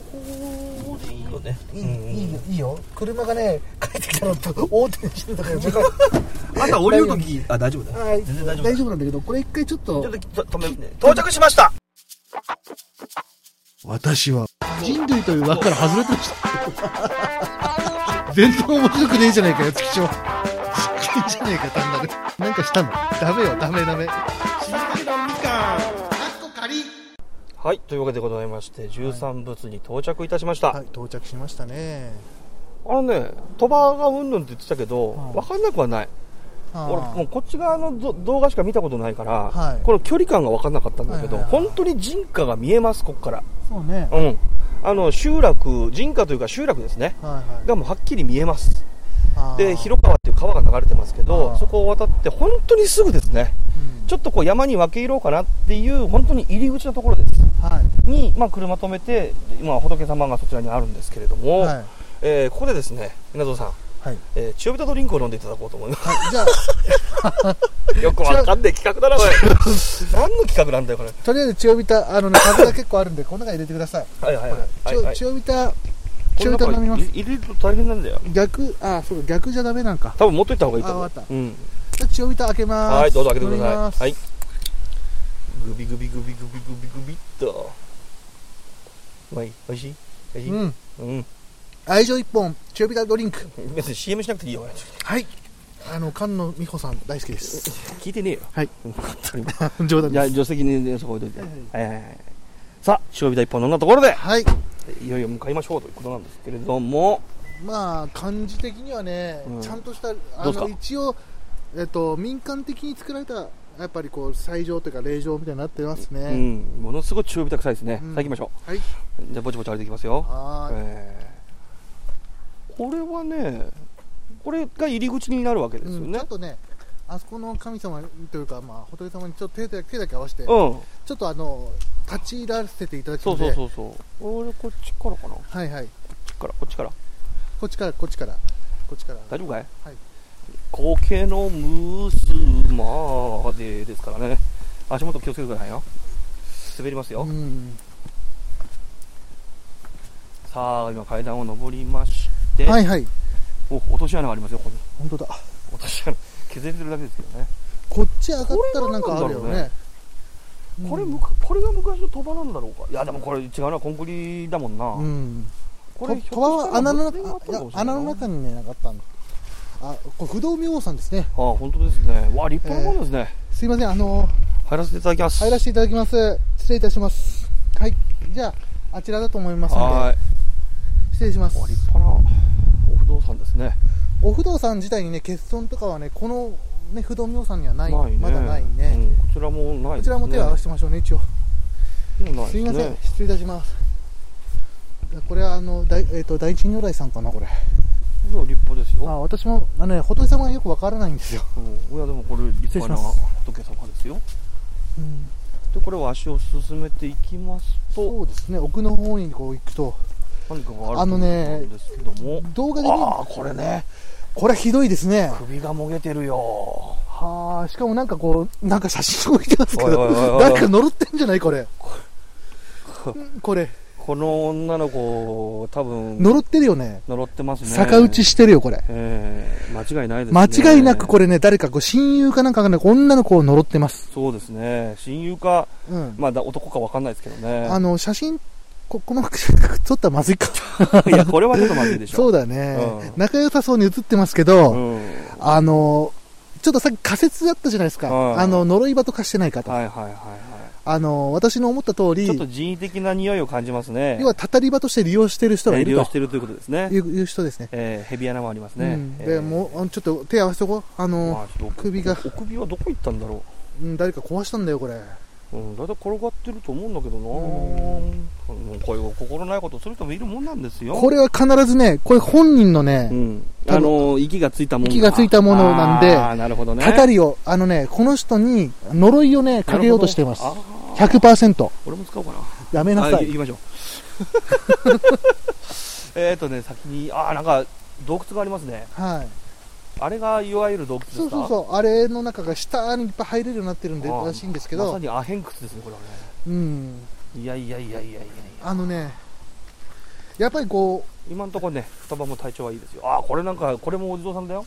Speaker 1: こでいいよね
Speaker 2: いい,、
Speaker 1: うんうん
Speaker 2: いいよいいよ車がね帰ってきたら横転してるとかよくわかんない
Speaker 1: あとは降りるときあ大丈夫だよ、
Speaker 2: はい
Speaker 1: 全然大丈夫だ
Speaker 2: 大丈夫なんだけどこれ一回ちょっと
Speaker 1: ちょっとちょ止めるね到着しました
Speaker 4: 私は人類という輪から外れてました全然面白くねえじゃねえかよ月 <laughs> 長月長じゃねえか単なるなんかしたのダメよダメダメ
Speaker 1: はいというわけでございまして13仏に到着いたしました、
Speaker 2: はい到着しましたね
Speaker 1: あのね鳥羽がうんぬんって言ってたけど、
Speaker 2: うん
Speaker 1: 分かんなくはない
Speaker 2: あ
Speaker 1: 俺も
Speaker 2: ー
Speaker 1: うこっち側のど動画しか見たことないから、
Speaker 2: はい
Speaker 1: この距離感が分かんなかったんだけど、
Speaker 2: はいはいはい
Speaker 1: 本当に人家が見えます、ここから。
Speaker 2: そうねはい
Speaker 1: うん。あの、集落、人家というか集落ですね。
Speaker 2: はい
Speaker 1: がもうはっきり見えます。
Speaker 2: あー
Speaker 1: で、広川っていう川が流れてますけ
Speaker 2: あ
Speaker 1: ど、
Speaker 2: ー
Speaker 1: そこを渡って本当にすぐですね。
Speaker 2: うん
Speaker 1: ちょっとこう山に分け入ろうかなっていう、本当に入り口のところです。
Speaker 2: はい
Speaker 1: に、まあ車止めて、今仏様がそちらにあるんですけれども、
Speaker 2: はい
Speaker 1: えーここでですね、稲造さん、
Speaker 2: はい
Speaker 1: えー、千代豚ドリンクを飲んでいただこうと思い
Speaker 2: <laughs>
Speaker 1: ます。
Speaker 2: はいじゃあ
Speaker 1: よくわかんない企画だな、これ。何の企画なんだよ、これ。
Speaker 2: とりあえず千代ビタあのね数が結構あるんでこの中に入れてください
Speaker 1: はいはいはい。
Speaker 2: 千
Speaker 1: はいは
Speaker 2: 代
Speaker 1: い
Speaker 2: 千代ビタ千代ビタ飲みま
Speaker 1: これなんか
Speaker 2: す
Speaker 1: い入れると大変なんだよ。
Speaker 2: 逆あーそうか逆じゃダメなんか
Speaker 1: 多分持っといた方がいいと思う。
Speaker 2: あわかった
Speaker 1: うん。
Speaker 2: じゃあ千代ビタ開けます
Speaker 1: はい、どうぞ開けてく
Speaker 2: 飲み
Speaker 1: だ
Speaker 2: ま
Speaker 1: さ
Speaker 2: す
Speaker 1: い。はい。グビグビグビグビグビグビっと。はい、おいしいおいしい
Speaker 2: うん
Speaker 1: うん。
Speaker 2: 愛情一本千代ビタドリンク
Speaker 1: 別に CM しなくていいよ。
Speaker 2: はい。あの菅野美穂さん大好きです。
Speaker 1: 聞いてねえよ。
Speaker 2: はい。
Speaker 1: <laughs> 本当に
Speaker 2: <laughs> 冗談
Speaker 1: じゃあ、
Speaker 2: です。
Speaker 1: 助手席にねそこ置いといて。はいはいはい。さあ、塩火一本飲んだところで、
Speaker 2: はい。
Speaker 1: いよいよ向かいましょうということなんですけれども、
Speaker 2: まあ漢字的にはね、
Speaker 1: うん
Speaker 2: ちゃんとした
Speaker 1: ど
Speaker 2: あ
Speaker 1: うですか
Speaker 2: の一応えっと民間的に作られたやっぱりこう斎場というか霊場みたいになってます
Speaker 1: う
Speaker 2: ね。
Speaker 1: ん、ものすごい塩火臭いですね
Speaker 2: う。ん
Speaker 1: さあ行きましょう。
Speaker 2: はい。
Speaker 1: じゃあ、ぼちぼち歩いていきますよ。
Speaker 2: はーい。
Speaker 1: えーこれはねこれが入り口になるわけですよ
Speaker 2: うん、ち
Speaker 1: ね
Speaker 2: ょっとね。あそこの神様というか、まあ、仏様にちょっと手だけ手だけ合わせて、ち
Speaker 1: う
Speaker 2: ょ
Speaker 1: ん、
Speaker 2: っとあの立ち入らせていただき
Speaker 1: そ
Speaker 2: ま
Speaker 1: う
Speaker 2: す
Speaker 1: そ
Speaker 2: ので
Speaker 1: うそうそう俺こっちからかなこ
Speaker 2: はいはい、
Speaker 1: っちからこっちから
Speaker 2: こっちから、こっちから、こっちから、
Speaker 1: 大丈夫かい
Speaker 2: はい
Speaker 1: 苔のムスまでですからね足元気をつけてくださいよ滑りますよ、
Speaker 2: うん、
Speaker 1: さあ今階段を上りまして、
Speaker 2: はいはい、
Speaker 1: お落とし穴がありますよここに
Speaker 2: 本当だ、
Speaker 1: 落とし穴削れてるだけですけどね
Speaker 2: こっち上がったらなんかあるよ
Speaker 1: これなんだろう
Speaker 2: ね
Speaker 1: ねこれむかこれが昔の鳥羽なんだろうかいやでもこれ違うなコンクリだもんな、
Speaker 2: うん
Speaker 1: これ
Speaker 2: 鳥羽は穴の中
Speaker 1: ひょっとしたら
Speaker 2: いや穴の中にねなかったんあこれ不動明王さんですね
Speaker 1: ああ本当ですねわあ立派なものですね、
Speaker 2: すいませんあの
Speaker 1: 入らせていただきます
Speaker 2: 入らせていただきます失礼いたしますはいじゃああちらだと思いますの
Speaker 1: は
Speaker 2: で失礼します
Speaker 1: ーいわあ立派なお不動産ですね
Speaker 2: お不動産自体にね欠損とかはねこのね不動明王さんにはない
Speaker 1: ないね
Speaker 2: まだないね、
Speaker 1: うん、こちらもない、ね、
Speaker 2: こちらも手を合わせてましょうね一応
Speaker 1: もうないです
Speaker 2: い
Speaker 1: ね
Speaker 2: ません、失礼いたしますこれはあの大,、えー、と第一如来さんかなこれ
Speaker 1: いや立派です
Speaker 2: あ
Speaker 1: よ、
Speaker 2: 私もあの、ね、仏様がよくわからないんですよ、
Speaker 1: うん、いやでもこれ立派な
Speaker 2: 失礼しま
Speaker 1: 仏様ですよ
Speaker 2: うん、
Speaker 1: でこれを足を進めていきます
Speaker 2: そ
Speaker 1: と
Speaker 2: うですね奥の方にこう行くと
Speaker 1: 何かがある
Speaker 2: あのね
Speaker 1: と思うんですけども
Speaker 2: 動画で見る
Speaker 1: ああこれね
Speaker 2: これはひどいですね
Speaker 1: 首がもげてるよ
Speaker 2: はあしかもなんかこうなんか写真置いてますけ
Speaker 1: おいおいおいお
Speaker 2: ど
Speaker 1: い
Speaker 2: なんか呪ってんじゃないこれうんこれ
Speaker 1: この女の子多分
Speaker 2: 呪ってるよね
Speaker 1: 呪ってますね
Speaker 2: 逆打ちしてるよこれ
Speaker 1: ええ間違いないですね
Speaker 2: 間違いなくこれね誰かこう親友かなんかがね女の子を呪ってます
Speaker 1: そうですね親友か、
Speaker 2: うん
Speaker 1: まあ、だ男かわかんないですけどね
Speaker 2: あの写真こ細かく撮ったらま <laughs> ずいか
Speaker 1: <laughs> いやこれはちょっとまずいでしょ
Speaker 2: そうだね、
Speaker 1: うん
Speaker 2: 仲良さそうに写ってますけど、
Speaker 1: うん、
Speaker 2: あのちょっとさっき仮説だったじゃないですか、
Speaker 1: うん
Speaker 2: あの呪い場と化してないかと、
Speaker 1: はいはいはいは
Speaker 2: あの私の思った通
Speaker 1: い
Speaker 2: り
Speaker 1: ちょっと人為的な匂いを感じますね
Speaker 2: 要はたたり場として利用してる人が
Speaker 1: えー
Speaker 2: い
Speaker 1: 利
Speaker 2: る
Speaker 1: 用
Speaker 2: と
Speaker 1: しているということですね
Speaker 2: い、ういう人ですね
Speaker 1: えー、ヘビ穴もあります
Speaker 2: う
Speaker 1: ね、
Speaker 2: ん、
Speaker 1: え
Speaker 2: で
Speaker 1: ー
Speaker 2: もうあちょっと手合わせとこうあの、
Speaker 1: まあちょっと
Speaker 2: 首が
Speaker 1: お首はどこ行ったんだろ
Speaker 2: うん誰か壊したんだよこれ
Speaker 1: う、うん、だいたい転がってると思うんだけどな、うんこういう心ないことする人もいるもんなんですよ
Speaker 2: これは必ずねこれ本人のね、
Speaker 1: うん、
Speaker 2: 多分
Speaker 1: あの息がついたもの
Speaker 2: 息がついたものなんで
Speaker 1: あーなるほどね
Speaker 2: たたりを、あのね、この人に呪いをね、かけようとしています
Speaker 1: な。るほどあー
Speaker 2: 100%。
Speaker 1: 俺も使おうかな
Speaker 2: やめな
Speaker 1: あ
Speaker 2: さ
Speaker 1: い行
Speaker 2: い。
Speaker 1: きま
Speaker 2: <laughs>
Speaker 1: しょうえっとね先にあーなんか洞窟がありますね
Speaker 2: はい。
Speaker 1: あれがいわゆる洞窟ですか
Speaker 2: そうそうそう。あれの中が下にいっぱい入れるようになってるんで、
Speaker 1: あー
Speaker 2: らしいんですけ
Speaker 1: まさ
Speaker 2: ど、
Speaker 1: にアヘン窟ですねこれはね
Speaker 2: うん。
Speaker 1: いやいやいやいやいやいや
Speaker 2: あのね、やっぱりこう、
Speaker 1: 今のところね双葉も体調はいいですよあーこれなんかこれもお地蔵さんだよ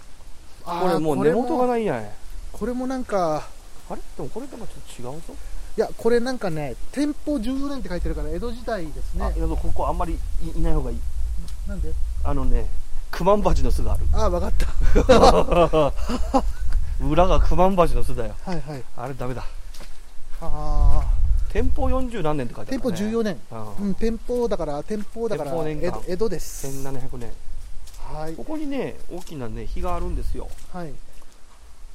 Speaker 2: あー
Speaker 1: これもう根元が
Speaker 2: これも
Speaker 1: ないやん
Speaker 2: これもなんか、
Speaker 1: あれでもこれなんかちょっと違うぞ、
Speaker 2: いや、これなんかね、天保14年って書いてるから、江戸時代です
Speaker 1: あ
Speaker 2: ね
Speaker 1: い。やここあんまりいいない方がいい
Speaker 2: なんで
Speaker 1: あのねクマンバチの巣がある
Speaker 2: ああ、わかった。
Speaker 1: <laughs> 裏が九万橋の巣だよ
Speaker 2: はいはい。
Speaker 1: あれダメだ
Speaker 2: あ
Speaker 1: 天保40何年って書い
Speaker 2: あ、
Speaker 1: てあ
Speaker 2: 天
Speaker 1: る、
Speaker 2: 保
Speaker 1: ね、
Speaker 2: 14年。
Speaker 1: う
Speaker 2: うんん、天保だから、天保だから
Speaker 1: 天保、年間
Speaker 2: 江戸江戸です。
Speaker 1: 1700年
Speaker 2: はい
Speaker 1: こ。こにね大きなね碑があるんですよ
Speaker 2: はい。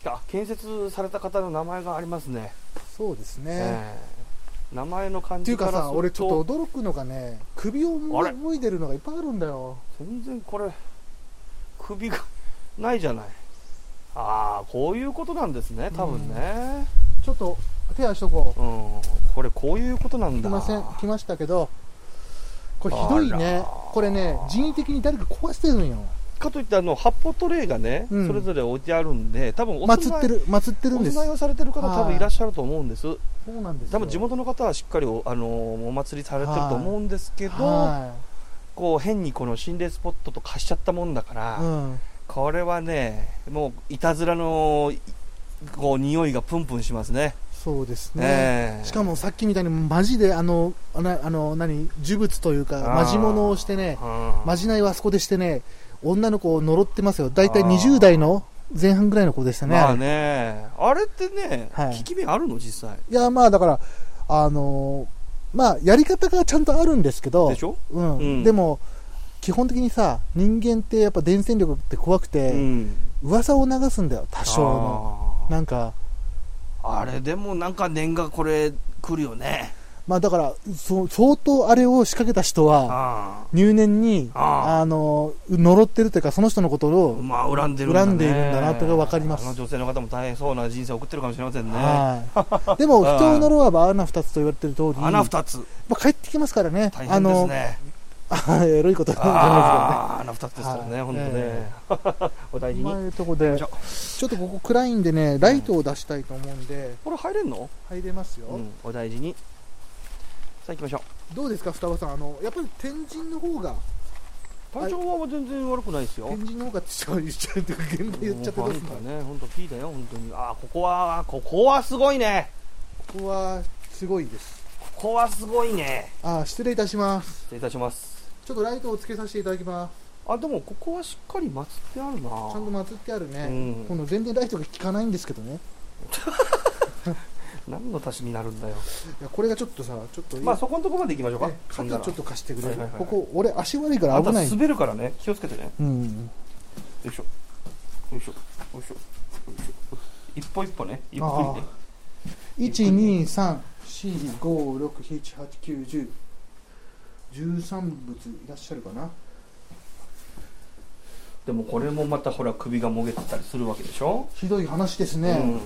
Speaker 1: あ建設された方の名前がありますね、
Speaker 2: そうですね。
Speaker 1: ええ名前の漢
Speaker 2: ってい
Speaker 1: 字
Speaker 2: う
Speaker 1: か
Speaker 2: か
Speaker 1: す
Speaker 2: ら
Speaker 1: る
Speaker 2: さ
Speaker 1: と
Speaker 2: 俺ちょっと驚くのがね首を
Speaker 1: あれ
Speaker 2: 動いてるのがいっぱいあるんだよ
Speaker 1: 全然これ首がないじゃないああこういうことなんですね多分ね
Speaker 2: ちょっと手足しとこう
Speaker 1: うん、これこういうことなん
Speaker 2: 来
Speaker 1: だ
Speaker 2: ません来ましたけどこれひどい
Speaker 1: あ
Speaker 2: ね
Speaker 1: ら
Speaker 2: これね人為的に誰か壊してるんよ
Speaker 1: かといってあの発泡トレイがね、
Speaker 2: うん
Speaker 1: それぞれ置いてあるんで多分お供え
Speaker 2: 祀ってる祀ってるん
Speaker 1: お
Speaker 2: です
Speaker 1: 供えをされてる方多
Speaker 2: は
Speaker 1: 分
Speaker 2: い
Speaker 1: いらっしゃると思うんです
Speaker 2: そうなんですよ
Speaker 1: 多分地元の方はしっかりお,、あのーお祭りされてると思うんですけど、
Speaker 2: は
Speaker 1: こう変にこの心霊スポットと貸しちゃったもんだから、
Speaker 2: いうん
Speaker 1: これはねもういたずらのいこう匂いがプンプンしますね
Speaker 2: そうですね
Speaker 1: ええ
Speaker 2: しかもさっきみたいにマジであのあのあの何呪物というか
Speaker 1: あー
Speaker 2: マジモノをしてね
Speaker 1: うん
Speaker 2: まじないはあそこでしてね女の子を呪ってますよ大体
Speaker 1: あー
Speaker 2: 20代の前半ぐらいの子でしたね
Speaker 1: まあねあれってね、
Speaker 2: はい
Speaker 1: 効き目あるの実際
Speaker 2: いや、まあだから、あのーまあ、やり方がちゃんとあるんですけど、
Speaker 1: でしょ、
Speaker 2: うん
Speaker 1: うん
Speaker 2: でも、基本的にさ、人間ってやっぱ伝染力って怖く
Speaker 1: う
Speaker 2: て、
Speaker 1: ん、
Speaker 2: 噂を流すんだよ、多少の。
Speaker 1: あー
Speaker 2: なんか、
Speaker 1: あれでもなんか念がこれ来るよね
Speaker 2: まあだから、そう相当あれを仕掛けた人は、
Speaker 1: あ
Speaker 2: 入念に、
Speaker 1: あ
Speaker 2: あのー呪ってるというか、その人のこと
Speaker 1: あ
Speaker 2: を、
Speaker 1: まあ恨んでるんだ、ね、
Speaker 2: 恨んでいるんだなって分かります
Speaker 1: あの女性の方も大変そうな人生を送ってるかもしれませんね
Speaker 2: はい。でも、人を呪わば穴二つと言われてる通り、
Speaker 1: 穴
Speaker 2: ま
Speaker 1: 二つ
Speaker 2: あ、帰ってきますからね、
Speaker 1: 大変
Speaker 2: あ
Speaker 1: です
Speaker 2: の、
Speaker 1: ね
Speaker 2: <laughs> エロいことじゃな <laughs>
Speaker 1: ああ穴二つですからね、
Speaker 2: はい
Speaker 1: 本当ね、
Speaker 2: え
Speaker 1: <laughs> お大事
Speaker 2: いですけどね。
Speaker 1: に
Speaker 2: まあいうとこで
Speaker 1: よいしょ、
Speaker 2: ちょっとここ暗いんでね、ライトを出したいと思うんで、
Speaker 1: これ入れんの、
Speaker 2: 入れますよ、
Speaker 1: うん、お大事にさあ行きましょう
Speaker 2: どうですか双葉さんあのやっぱり天神の方が
Speaker 1: 体調は全然悪くないですよ。
Speaker 2: 天神の方がって言っちゃうとか現場言っちゃってどうすんだ
Speaker 1: もうパンクね、本当聞いたよ、本当に。ああ、ここは、ここはすごいね。
Speaker 2: ここはすごいです
Speaker 1: ここはすごいね。
Speaker 2: あー失礼いたします
Speaker 1: 失礼いたします。
Speaker 2: ちょっとライトをつけさせていただきます
Speaker 1: あ、でもここはしっかり祀ってあるな。
Speaker 2: ちゃんと祀ってあるね、
Speaker 1: うん
Speaker 2: この全然ライトが効かないんですけどね
Speaker 1: 何の足しになるんだよ。
Speaker 2: いやこれがちょっとさちょっと
Speaker 1: まあ、そこのとこまで行きましょうか
Speaker 2: ね。
Speaker 1: そんな
Speaker 2: 肩
Speaker 1: ら
Speaker 2: ちょっと貸してくれる、
Speaker 1: はいはいはい
Speaker 2: ここ俺足悪いか
Speaker 1: あ
Speaker 2: ら
Speaker 1: んた
Speaker 2: 危ない
Speaker 1: 滑るからね、気をつけてね。よ
Speaker 2: うん
Speaker 1: いしょ。よいしょ。よいしょ。よいしょ一歩一歩ね。一歩一歩。
Speaker 2: 1 2 3 4 5 6 7 8 9 1 0 13物いらっしゃるかな
Speaker 1: でもこれもまたほら首がもげてたりするわけでしょ、
Speaker 2: ひどい話です
Speaker 1: う
Speaker 2: ね、
Speaker 1: ん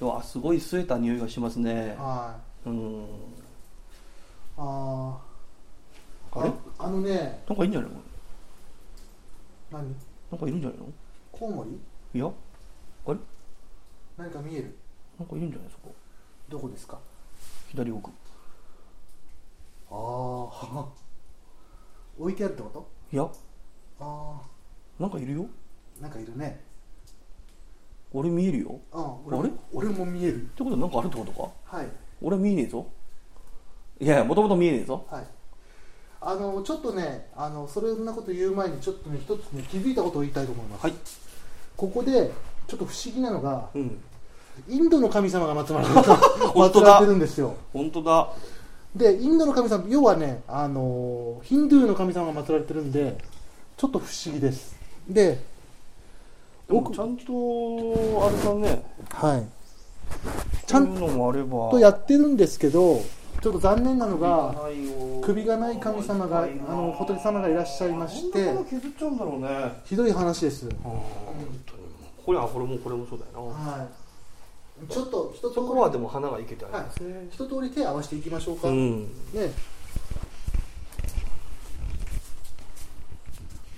Speaker 1: うわすごい据えた匂いがしますね
Speaker 2: はい
Speaker 1: うん
Speaker 2: あー
Speaker 1: あれ
Speaker 2: あのね
Speaker 1: なんかいいんじゃないの
Speaker 2: 何
Speaker 1: なんかいるんじゃないの
Speaker 2: コウモリ
Speaker 1: いやあれ
Speaker 2: 何か見える
Speaker 1: なんかいるんじゃないそこ
Speaker 2: どこですか
Speaker 1: 左奥
Speaker 2: ああ <laughs> 置いてあるってこ
Speaker 1: いや
Speaker 2: とあ
Speaker 1: なんかいるよ
Speaker 2: あなんかいるね
Speaker 1: 俺見えるよっ
Speaker 2: ああ
Speaker 1: あれ
Speaker 2: 俺も見える
Speaker 1: てことはなんかあるってことか
Speaker 2: はい
Speaker 1: 俺は見えねえぞいやいやもともと見えねえぞ
Speaker 2: はいあのちょっとねあのそれんなこと言う前にちょっとね一つね気づいたことを言いたいと思います、
Speaker 1: はい
Speaker 2: ここでちょっと不思議なのが
Speaker 1: うん
Speaker 2: インドの神様が祀ら
Speaker 1: <laughs>
Speaker 2: れてる祀
Speaker 1: 当
Speaker 2: ら
Speaker 1: だ
Speaker 2: れてるんですよ
Speaker 1: 本当だ
Speaker 2: でインドの神様要はねあのヒンドゥーの神様が祀られてるんでちょっと不思議ですで
Speaker 1: でもちゃんとあれだね
Speaker 2: はいち
Speaker 1: ち
Speaker 2: ゃ
Speaker 1: ゃ
Speaker 2: ん
Speaker 1: んとのもあれば
Speaker 2: とやってるんですけどちょっと残念なのが
Speaker 1: ないよ
Speaker 2: 首がない神様があの仏様がいらっしゃいまして
Speaker 1: あんなとこ削っちゃうんだろうね
Speaker 2: ひどい話です
Speaker 1: 本当にこれはこれもこれもそうだよな
Speaker 2: はいちょっと一通
Speaker 1: そこはでも花がいけてありますね、
Speaker 2: 一通り手合わせていきましょうか、
Speaker 1: うん
Speaker 2: ね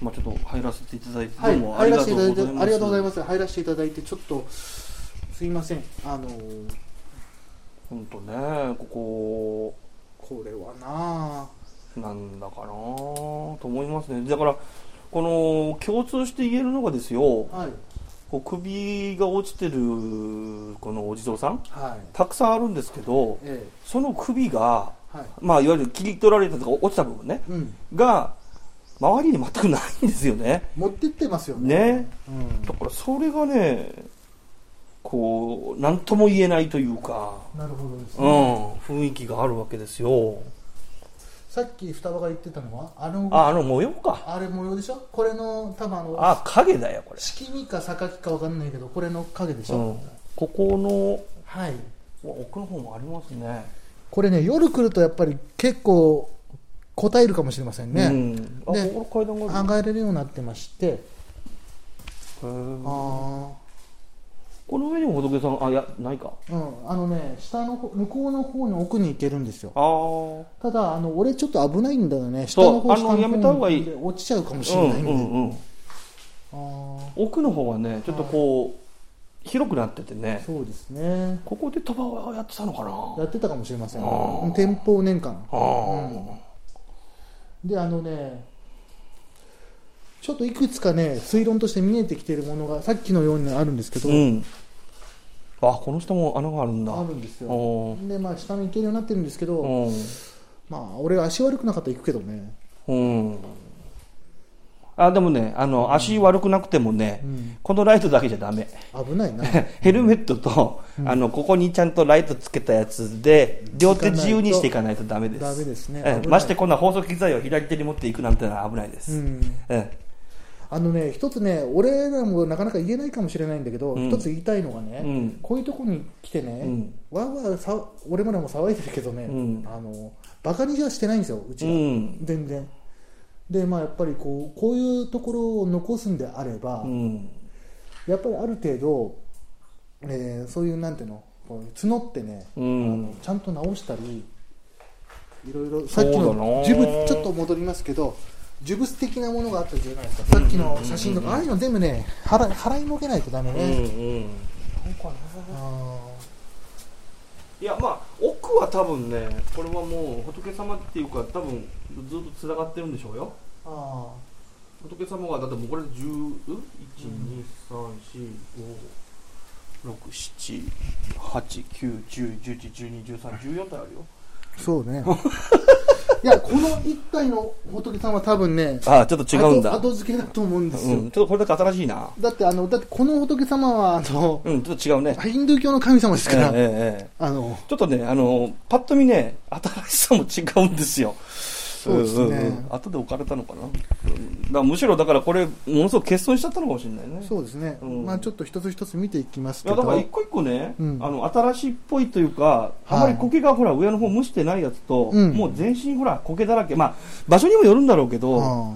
Speaker 1: まあちょっと入らせていただいて、
Speaker 2: は
Speaker 1: ど
Speaker 2: いう
Speaker 1: も
Speaker 2: 入らせていただいてありがとうござい
Speaker 1: す
Speaker 2: ます入らせていただいてちょっとすいませんあのー
Speaker 1: 本当ねこ
Speaker 2: これはなあ
Speaker 1: こなんだかなと思いますねだからこの共通して言えるのがですよ
Speaker 2: はい
Speaker 1: こう首が落ちてるこのお地蔵さん
Speaker 2: はい
Speaker 1: たくさんあるんですけど
Speaker 2: え
Speaker 1: その首が
Speaker 2: えはい
Speaker 1: まあいわゆる切り取られたとか落ちた部分ね
Speaker 2: うん
Speaker 1: が周りに全くないんですよね
Speaker 2: 持ってってますよね
Speaker 1: ね
Speaker 2: うん
Speaker 1: だからそれがねこう何とも言えないというか、
Speaker 2: なるほどです
Speaker 1: う
Speaker 2: ね、
Speaker 1: ん、雰囲気があるわけですよ
Speaker 2: さっき双葉が言ってたのはあの
Speaker 1: ああの模様か
Speaker 2: あれ模様でしょこれの多分あの
Speaker 1: あ影だよこれ、
Speaker 2: 式にか榊かわかんないけどこれの影でし
Speaker 1: う
Speaker 2: ょ、
Speaker 1: ん、ここ
Speaker 2: はい
Speaker 1: のうわ奥の方もありますね
Speaker 2: これね夜来るとやっぱり結構答えるかもしれませんね、
Speaker 1: うん、あ
Speaker 2: ね
Speaker 1: ここの階段があ
Speaker 2: 上
Speaker 1: る
Speaker 2: がれるようになってまして
Speaker 1: へー
Speaker 2: あ
Speaker 1: この上にも仏さんあいやないか
Speaker 2: あうんあのね下の方向こうの方の奥に行けるんですよ
Speaker 1: ああ
Speaker 2: ただあの俺ちょっと危ないんだよね下
Speaker 1: そう
Speaker 2: の方
Speaker 1: あの
Speaker 2: 下の方
Speaker 1: やめた方がいい
Speaker 2: で落ちちゃうかもし
Speaker 1: う
Speaker 2: れ
Speaker 1: ん
Speaker 2: ないんで、
Speaker 1: うんうん
Speaker 2: あ
Speaker 1: 奥の方はねちょっとこう広くなってて
Speaker 2: あ
Speaker 1: ね
Speaker 2: そうですね
Speaker 1: ここで鳥羽をやってたのかな
Speaker 2: やってたかもしれません
Speaker 1: あー
Speaker 2: 天保年間
Speaker 1: ああ、
Speaker 2: であのねちょっといくつかね推論として見えてきているものがさっきのようにあるんですけど、
Speaker 1: うん、あこの下も穴があるんだ
Speaker 2: あるんですよ
Speaker 1: おー
Speaker 2: でまあ下に行けるようになってるんですけど、
Speaker 1: う
Speaker 2: まあ俺足悪くなかったら行くけどね、
Speaker 1: ん、うん、あでもねあの足悪くなくてもね、
Speaker 2: うん、
Speaker 1: このライトだけじゃダメ
Speaker 2: 危ない
Speaker 1: <laughs>
Speaker 2: な
Speaker 1: ヘルメットと、あのここにちゃんとライトつけたやつで両手自由にしていかないとダメです
Speaker 2: ダメですね
Speaker 1: え
Speaker 2: 危
Speaker 1: え
Speaker 2: ない
Speaker 1: ましてこんな放送機材を左手に持っていくなんてのは危ないです、
Speaker 2: うん
Speaker 1: え
Speaker 2: あのね一つね俺らもなかなか言えないかもしれないんだけど、
Speaker 1: うん
Speaker 2: 一つ言いたいのがね、
Speaker 1: えうん
Speaker 2: こういうとこに来て
Speaker 1: う
Speaker 2: ね、
Speaker 1: ん
Speaker 2: わーわーさ俺らも騒いでるけどね、
Speaker 1: うん
Speaker 2: あのバカにじゃしてないんですようち
Speaker 1: う
Speaker 2: は、
Speaker 1: ん
Speaker 2: 全然でまあやっぱりこうこういうところを残すんであれば、
Speaker 1: うん
Speaker 2: やっぱりある程度、えーそういうなんていうのこう募ってね、
Speaker 1: うん
Speaker 2: ちゃんと直したりいろいろさっき
Speaker 1: そうだな
Speaker 2: の
Speaker 1: あ
Speaker 2: 呪物ちょっと戻りますけど呪物的なものがあったじゃないですかさっきの写真とかああいうの全部ね払い払いのけないとダメ
Speaker 1: うんう
Speaker 2: ね、
Speaker 1: んなんかな
Speaker 2: あ
Speaker 1: いやまあ奥僕は多分ねこれはもう仏様っていうか多分ずっとつながってるんでしょうよ
Speaker 2: あ
Speaker 1: 仏様はだってもうこれ1234567891011121314体あるよ
Speaker 2: あそうね <laughs> いやこの一体の仏さんは多分ね
Speaker 1: ああちょっと違うんだ
Speaker 2: 後後付けだと思うんですよ、
Speaker 1: うんちょっとこれだけ新しいな
Speaker 2: だってあのだってこの仏様はあの
Speaker 1: うんちょっと違うね
Speaker 2: ヒンドゥー教の神様です
Speaker 1: ええ
Speaker 2: から、
Speaker 1: ええ
Speaker 2: あの
Speaker 1: ちょっとねあのパッと見ね新しさも違うんですよ
Speaker 2: そうですね
Speaker 1: んうんうん後で置かれたのかな、うんだからむしろだからこれものすごく欠損しちゃったのかもしれないね
Speaker 2: そうですね、
Speaker 1: うん
Speaker 2: まあちょっと一つ一つ見ていきます
Speaker 1: い
Speaker 2: け
Speaker 1: や
Speaker 2: ど
Speaker 1: だから一個一個ね、
Speaker 2: うん
Speaker 1: あの新しいっぽいというか、あまり苔がほら上の方蒸してないやつと、
Speaker 2: うん
Speaker 1: もう全身ほら苔だらけ、まあ場所にもよるんだろうけど、
Speaker 2: は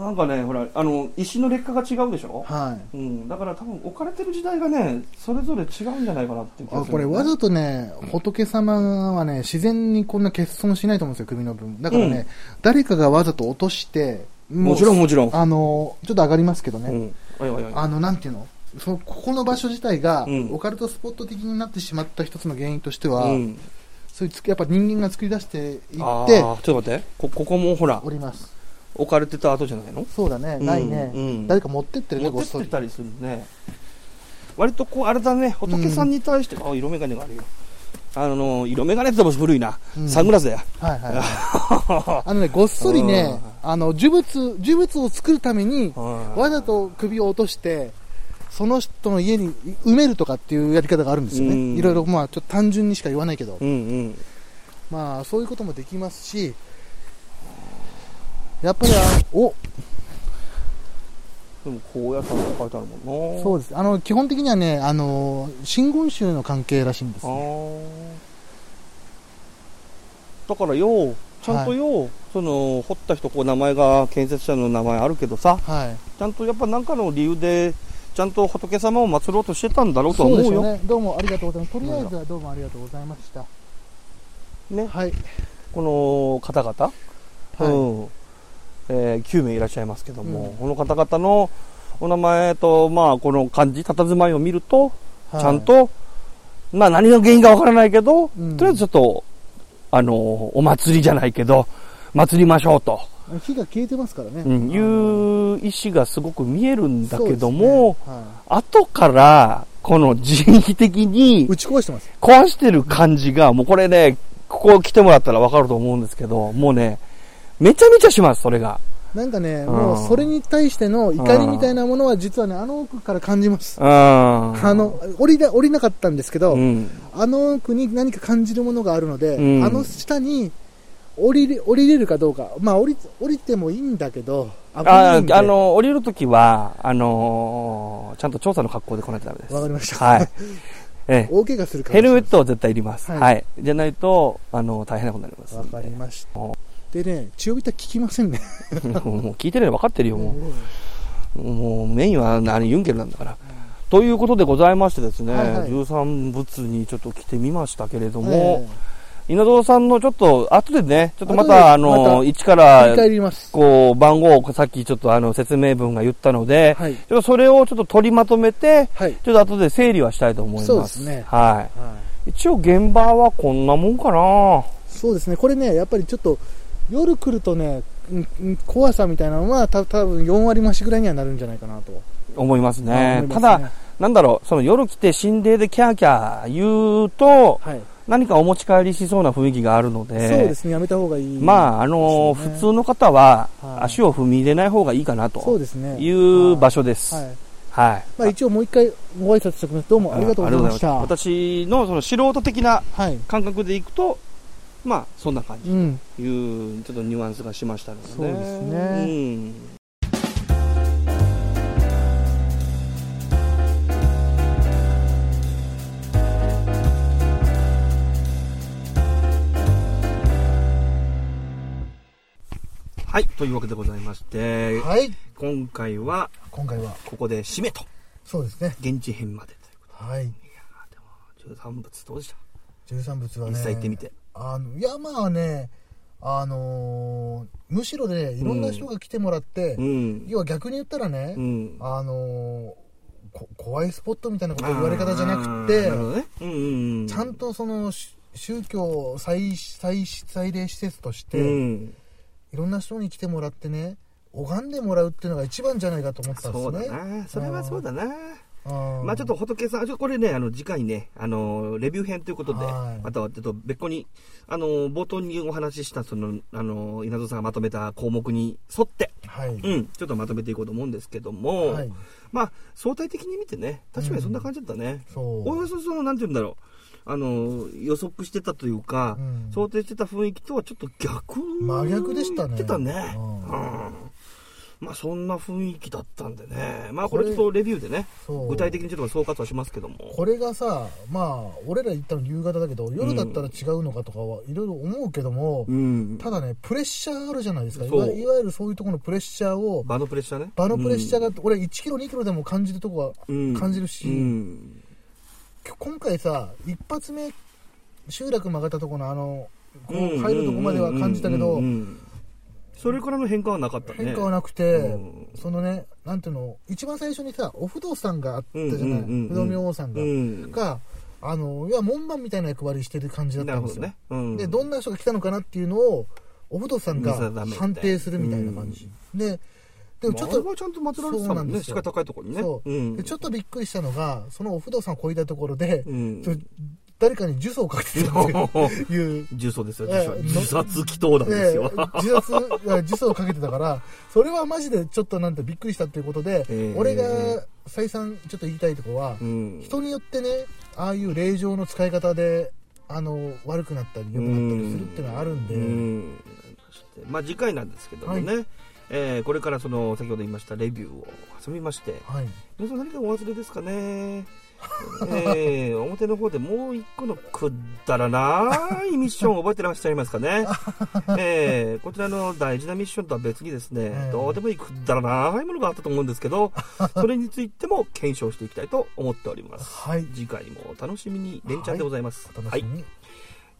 Speaker 1: なんかねほらあの石の劣化が違うでしょ
Speaker 2: い、、はい
Speaker 1: うん、だから多分置かれてる時代がねそれぞれ違うんじゃないかなっていう気が
Speaker 2: あ
Speaker 1: する
Speaker 2: これわざとね、仏様はね、自然にこんな欠損しないと思うんですよ、首の部分。だからね、
Speaker 1: うん
Speaker 2: 誰かがわざと落として、もう
Speaker 1: もちろんもちろん、
Speaker 2: あの、ちょっと上がりますけど
Speaker 1: う
Speaker 2: ね、
Speaker 1: ん、はいはいはい
Speaker 2: あの、なんていうの、そのここの場所自体が、
Speaker 1: うん
Speaker 2: オカルトスポット的になってしまった一つの原因としては、
Speaker 1: うん、
Speaker 2: そういうつやっぱ人間が作り出していって
Speaker 1: あーちょっと待ってこここもほら
Speaker 2: おります。
Speaker 1: 置かれてた後じゃないの
Speaker 2: そうだね、ないね、
Speaker 1: うんうん
Speaker 2: 誰か持ってってるね、
Speaker 1: 持
Speaker 2: ご
Speaker 1: っ
Speaker 2: ってそ
Speaker 1: って
Speaker 2: り。
Speaker 1: たりするね割とこうあれだね仏さんに対して、あ色眼鏡があるよあの色眼鏡って言っても古いな、
Speaker 2: うん
Speaker 1: サングラスだ
Speaker 2: <laughs>
Speaker 1: よ
Speaker 2: はいはい。あのね、ごっそりね、あの、呪物、呪物を作るために、わざと首を落として、その人の家に埋めるとかっていうやり方があるんです
Speaker 1: う
Speaker 2: よね。
Speaker 1: ん
Speaker 2: いろいろ、まあ、ちょっと単純にしか言わないけど
Speaker 1: う、んうん
Speaker 2: まあ、そういうこともできますし、やっぱりあ、お、
Speaker 1: でも高野山って書いてあるもんな
Speaker 2: そううです。あの、基本的にはね、あの、真言宗の関係らしいんです
Speaker 1: あ
Speaker 2: ね。
Speaker 1: ーだからよちゃんとよ、その掘った人こう名前が建設者の名前あるけどさ
Speaker 2: はい。
Speaker 1: ちゃんとやっぱ何かの理由でちゃんと仏様を祀ろうとしてたんだろうとは思
Speaker 2: で
Speaker 1: う
Speaker 2: しょ
Speaker 1: よ
Speaker 2: ね。どうもありがとうございます。とりあえずはどうもありがとうございました。
Speaker 1: ね
Speaker 2: はい。
Speaker 1: この方々、
Speaker 2: は
Speaker 1: うんえー9名いらっしゃいますけども、
Speaker 2: うん
Speaker 1: この方々のお名前と、まあ、この漢字、佇まいを見ると、
Speaker 2: い。
Speaker 1: ちゃんと、まあ、何が原因かわからないけど、
Speaker 2: うん
Speaker 1: とりあえずちょっと、あのーお祭りじゃないけど、祭りましょうと、
Speaker 2: 火が消えてますからね。
Speaker 1: うんい
Speaker 2: あの
Speaker 1: う意思がすごく見えるんだけども、、
Speaker 2: そうですねは
Speaker 1: 後から、この人為的に
Speaker 2: い、打ち壊してます。
Speaker 1: 壊してる感じが、もうこれね、ここ来てもらったらわかると思うんですけど、もうね、めちゃめちゃします、それが。
Speaker 2: なんかね、
Speaker 1: ん
Speaker 2: もうそれに対しての怒りみたいなものは実はね、あの奥から感じます。
Speaker 1: あ
Speaker 2: あの、降りな、降りなかったんですけど、
Speaker 1: うん。
Speaker 2: あの奥に何か感じるものがあるので、
Speaker 1: うん
Speaker 2: あの下に降りれ、降りれるかどうか、まあ降り、降りてもいいんだけど、危ない
Speaker 1: あ
Speaker 2: んで
Speaker 1: あの、降りるときは、あのーちゃんと調査の格好で来ないとダメです。
Speaker 2: わかりました
Speaker 1: はい。ええ
Speaker 2: 大怪我するかもし
Speaker 1: ヘ
Speaker 2: れ
Speaker 1: ル
Speaker 2: な
Speaker 1: メ
Speaker 2: い
Speaker 1: ットは絶対いります。
Speaker 2: は
Speaker 1: はいい。じゃないと、あの、大変なことになりますん
Speaker 2: わ
Speaker 1: で。
Speaker 2: かりました。でね、千代びた聞きませんね。
Speaker 1: <laughs> もう聞いてるの分かってるよ、もう。もうメインは何、ユンケルなんだから。ということでございましてですね、
Speaker 2: はいはい
Speaker 1: 13仏にちょっと来てみましたけれども、
Speaker 2: も
Speaker 1: 稲造さんのちょっと、後でね、ちょっとま
Speaker 2: 後で
Speaker 1: た、あの、
Speaker 2: また
Speaker 1: 一か
Speaker 2: う、振り
Speaker 1: ら、
Speaker 2: 返ります。
Speaker 1: こう、番号をさっきちょっとあの、説明文が言ったので、
Speaker 2: はい。
Speaker 1: ちょっとそれをちょっと取りまとめて、
Speaker 2: はい。
Speaker 1: ちょっと後で整理はしたいと思います。
Speaker 2: そうですね
Speaker 1: は
Speaker 2: は
Speaker 1: い。
Speaker 2: い
Speaker 1: 一応現場はこんなもんかな
Speaker 2: そうですね、これね、やっぱりちょっと夜来るとね、うんうん怖さみたいなのは、た多分4割増しぐらいにはなるんじゃないかなと、
Speaker 1: 思いますね。
Speaker 2: 思います
Speaker 1: ただ、、なんだろう、その夜来て心霊でキャーキャー言うと、
Speaker 2: はい
Speaker 1: 何かお持ち帰りしそうな雰囲気があるので、
Speaker 2: そうですね、やめた方がいい、
Speaker 1: まあ、あの、
Speaker 2: そうですね
Speaker 1: 普通の方は
Speaker 2: はい
Speaker 1: 足を踏み入れない方がいいかな
Speaker 2: そう
Speaker 1: と
Speaker 2: ですね、
Speaker 1: いう場
Speaker 2: 所
Speaker 1: 所です。
Speaker 2: は
Speaker 1: はいい。
Speaker 2: まあ、一応、もう一回ご挨拶しておきます、どうもありがとうございました。
Speaker 1: ありがとうございました私のその素人的な
Speaker 2: はい
Speaker 1: 感覚でいくと、まあ、そんな感じ。
Speaker 2: うん、
Speaker 1: いうちょっとニュアンスがしましたので
Speaker 2: そうですね
Speaker 1: うんはいというわけでございまして、
Speaker 2: はい、
Speaker 1: 今回は
Speaker 2: 今回は、
Speaker 1: ここで締めと
Speaker 2: そうですね、
Speaker 1: 現地編まで
Speaker 2: はい、
Speaker 1: という13物どうでした
Speaker 2: 13物は
Speaker 1: 実際行ってみて、
Speaker 2: あのいや、まあね、あのーむしろね、いろんな人が来てもらって、
Speaker 1: うん
Speaker 2: 要は逆に言ったらね、
Speaker 1: うん
Speaker 2: あのーこ怖いスポットみたいなこと言われ方じゃなく
Speaker 1: あ
Speaker 2: て
Speaker 1: ーなるほどねうんうんうん
Speaker 2: ちゃんとそのし宗教祭祭祭礼施設として、
Speaker 1: うん、
Speaker 2: いろんな人に来てもらってね拝んでもらうっていうのが一番じゃないかと思ったんです
Speaker 1: そ
Speaker 2: ね
Speaker 1: うだなそれはそうだな
Speaker 2: あ
Speaker 1: まあちょっと仏さんちょっとこれねあの次回ねあのレビュー編ということで
Speaker 2: はい
Speaker 1: またはちょっと別個にあの冒頭にお話ししたそのあの稲造さんがまとめた項目に沿って
Speaker 2: はい、
Speaker 1: うん、ちょっとまとめていこうと思うんですけども、
Speaker 2: はい
Speaker 1: まあ相対的に見てね確かにそんな感じだったね、
Speaker 2: そう
Speaker 1: およそそのなんて言うんだろうあの予測してたというか、
Speaker 2: うん
Speaker 1: 想定してた雰囲気とはちょっと逆
Speaker 2: 真逆でしたね
Speaker 1: てたね、
Speaker 2: う
Speaker 1: うん
Speaker 2: ん
Speaker 1: まあそんな雰囲気だったんでねまあこ
Speaker 2: これ
Speaker 1: れちょっとレビューでね
Speaker 2: そう
Speaker 1: 具体的にちょっと総括はしますけども
Speaker 2: これがさまあ俺ら行ったの夕方だけど夜だったら違うのかとかはいろいろ思うけども、
Speaker 1: うん
Speaker 2: ただねプレッシャーあるじゃないですかい
Speaker 1: そう
Speaker 2: わいわゆるそういうところのプレッシャーを
Speaker 1: 場のプレッシャーね
Speaker 2: 場のプレッシャーが、俺1キロ2キロでも感じるとこは
Speaker 1: うん
Speaker 2: 感じるし、
Speaker 1: うん
Speaker 2: 今回さ一発目集落曲がったとこのあのこ
Speaker 1: うん
Speaker 2: う入るとこまでは感じたけ
Speaker 1: う
Speaker 2: ど、
Speaker 1: んうんうんうんそれからの変化はなかったね
Speaker 2: 変化はなくて、
Speaker 1: うん
Speaker 2: そのねなんていうの一番最初にさお不動さんがあったじゃない、
Speaker 1: うんうんうんうん
Speaker 2: 不動明王さんが、
Speaker 1: うん
Speaker 2: があのいや門番みたいな役割してる感じだっ
Speaker 1: な
Speaker 2: た
Speaker 1: るほ
Speaker 2: んで
Speaker 1: ど
Speaker 2: すよ、
Speaker 1: ね、うん、
Speaker 2: でどんな人が来たのかなっていうのをお不動さんが
Speaker 1: 見定めて
Speaker 2: 判定するみたいな感じ、ででもち
Speaker 1: まあ
Speaker 2: ょっ
Speaker 1: あれ
Speaker 2: と
Speaker 1: はちゃんと祀られてたもんね
Speaker 2: そうなんです
Speaker 1: 地
Speaker 2: よ
Speaker 1: 下高いところにね
Speaker 2: そう、
Speaker 1: ん、
Speaker 2: でちょっとびっくりしたのがそのお不動さんを超えたところで、
Speaker 1: うん
Speaker 2: ちょ誰かに呪詛をかけてたっていう
Speaker 1: 重曹ですよ
Speaker 2: ええ
Speaker 1: 自殺
Speaker 2: の
Speaker 1: 自殺祈祷なんですよ、
Speaker 2: ええ自殺、え呪詛をかけてたから、それはマジでちょっとなんてびっくりしたっていうことで、
Speaker 1: ええ
Speaker 2: 俺が再三ちょっと言いたいとこは、
Speaker 1: うん
Speaker 2: 人によってね、ああいう霊場の使い方で、あの、悪くなったり良くなったりするっていうのはあるんで、
Speaker 1: うんまあ次回なんですけどもね、えーこれからその先ほど言いましたレビューを挟みまして
Speaker 2: はい。
Speaker 1: 皆さん何かお忘れですかねえー、表の方でもう一個のくだらないミッションを覚えてらっしゃいますかね、えー、こちらの大事なミッションとは別にですね、
Speaker 2: ええ
Speaker 1: どうでもいいくだらないものがあったと思うんですけどそれについても検証していきたいと思っております
Speaker 2: はい。
Speaker 1: 次回もお楽しみに連チャンでございます、
Speaker 2: お
Speaker 1: は
Speaker 2: 楽
Speaker 1: い
Speaker 2: しみに。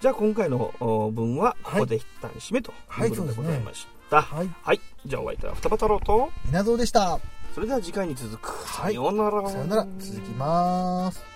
Speaker 1: じゃあ今回のお分はここで一旦締めということでございましたはい、
Speaker 2: はい。
Speaker 1: じゃあお相手は双葉太郎と
Speaker 2: 稲造でした。
Speaker 1: それでは次回に続く、
Speaker 2: はい
Speaker 1: さようなら
Speaker 2: さよなら。続きまーす。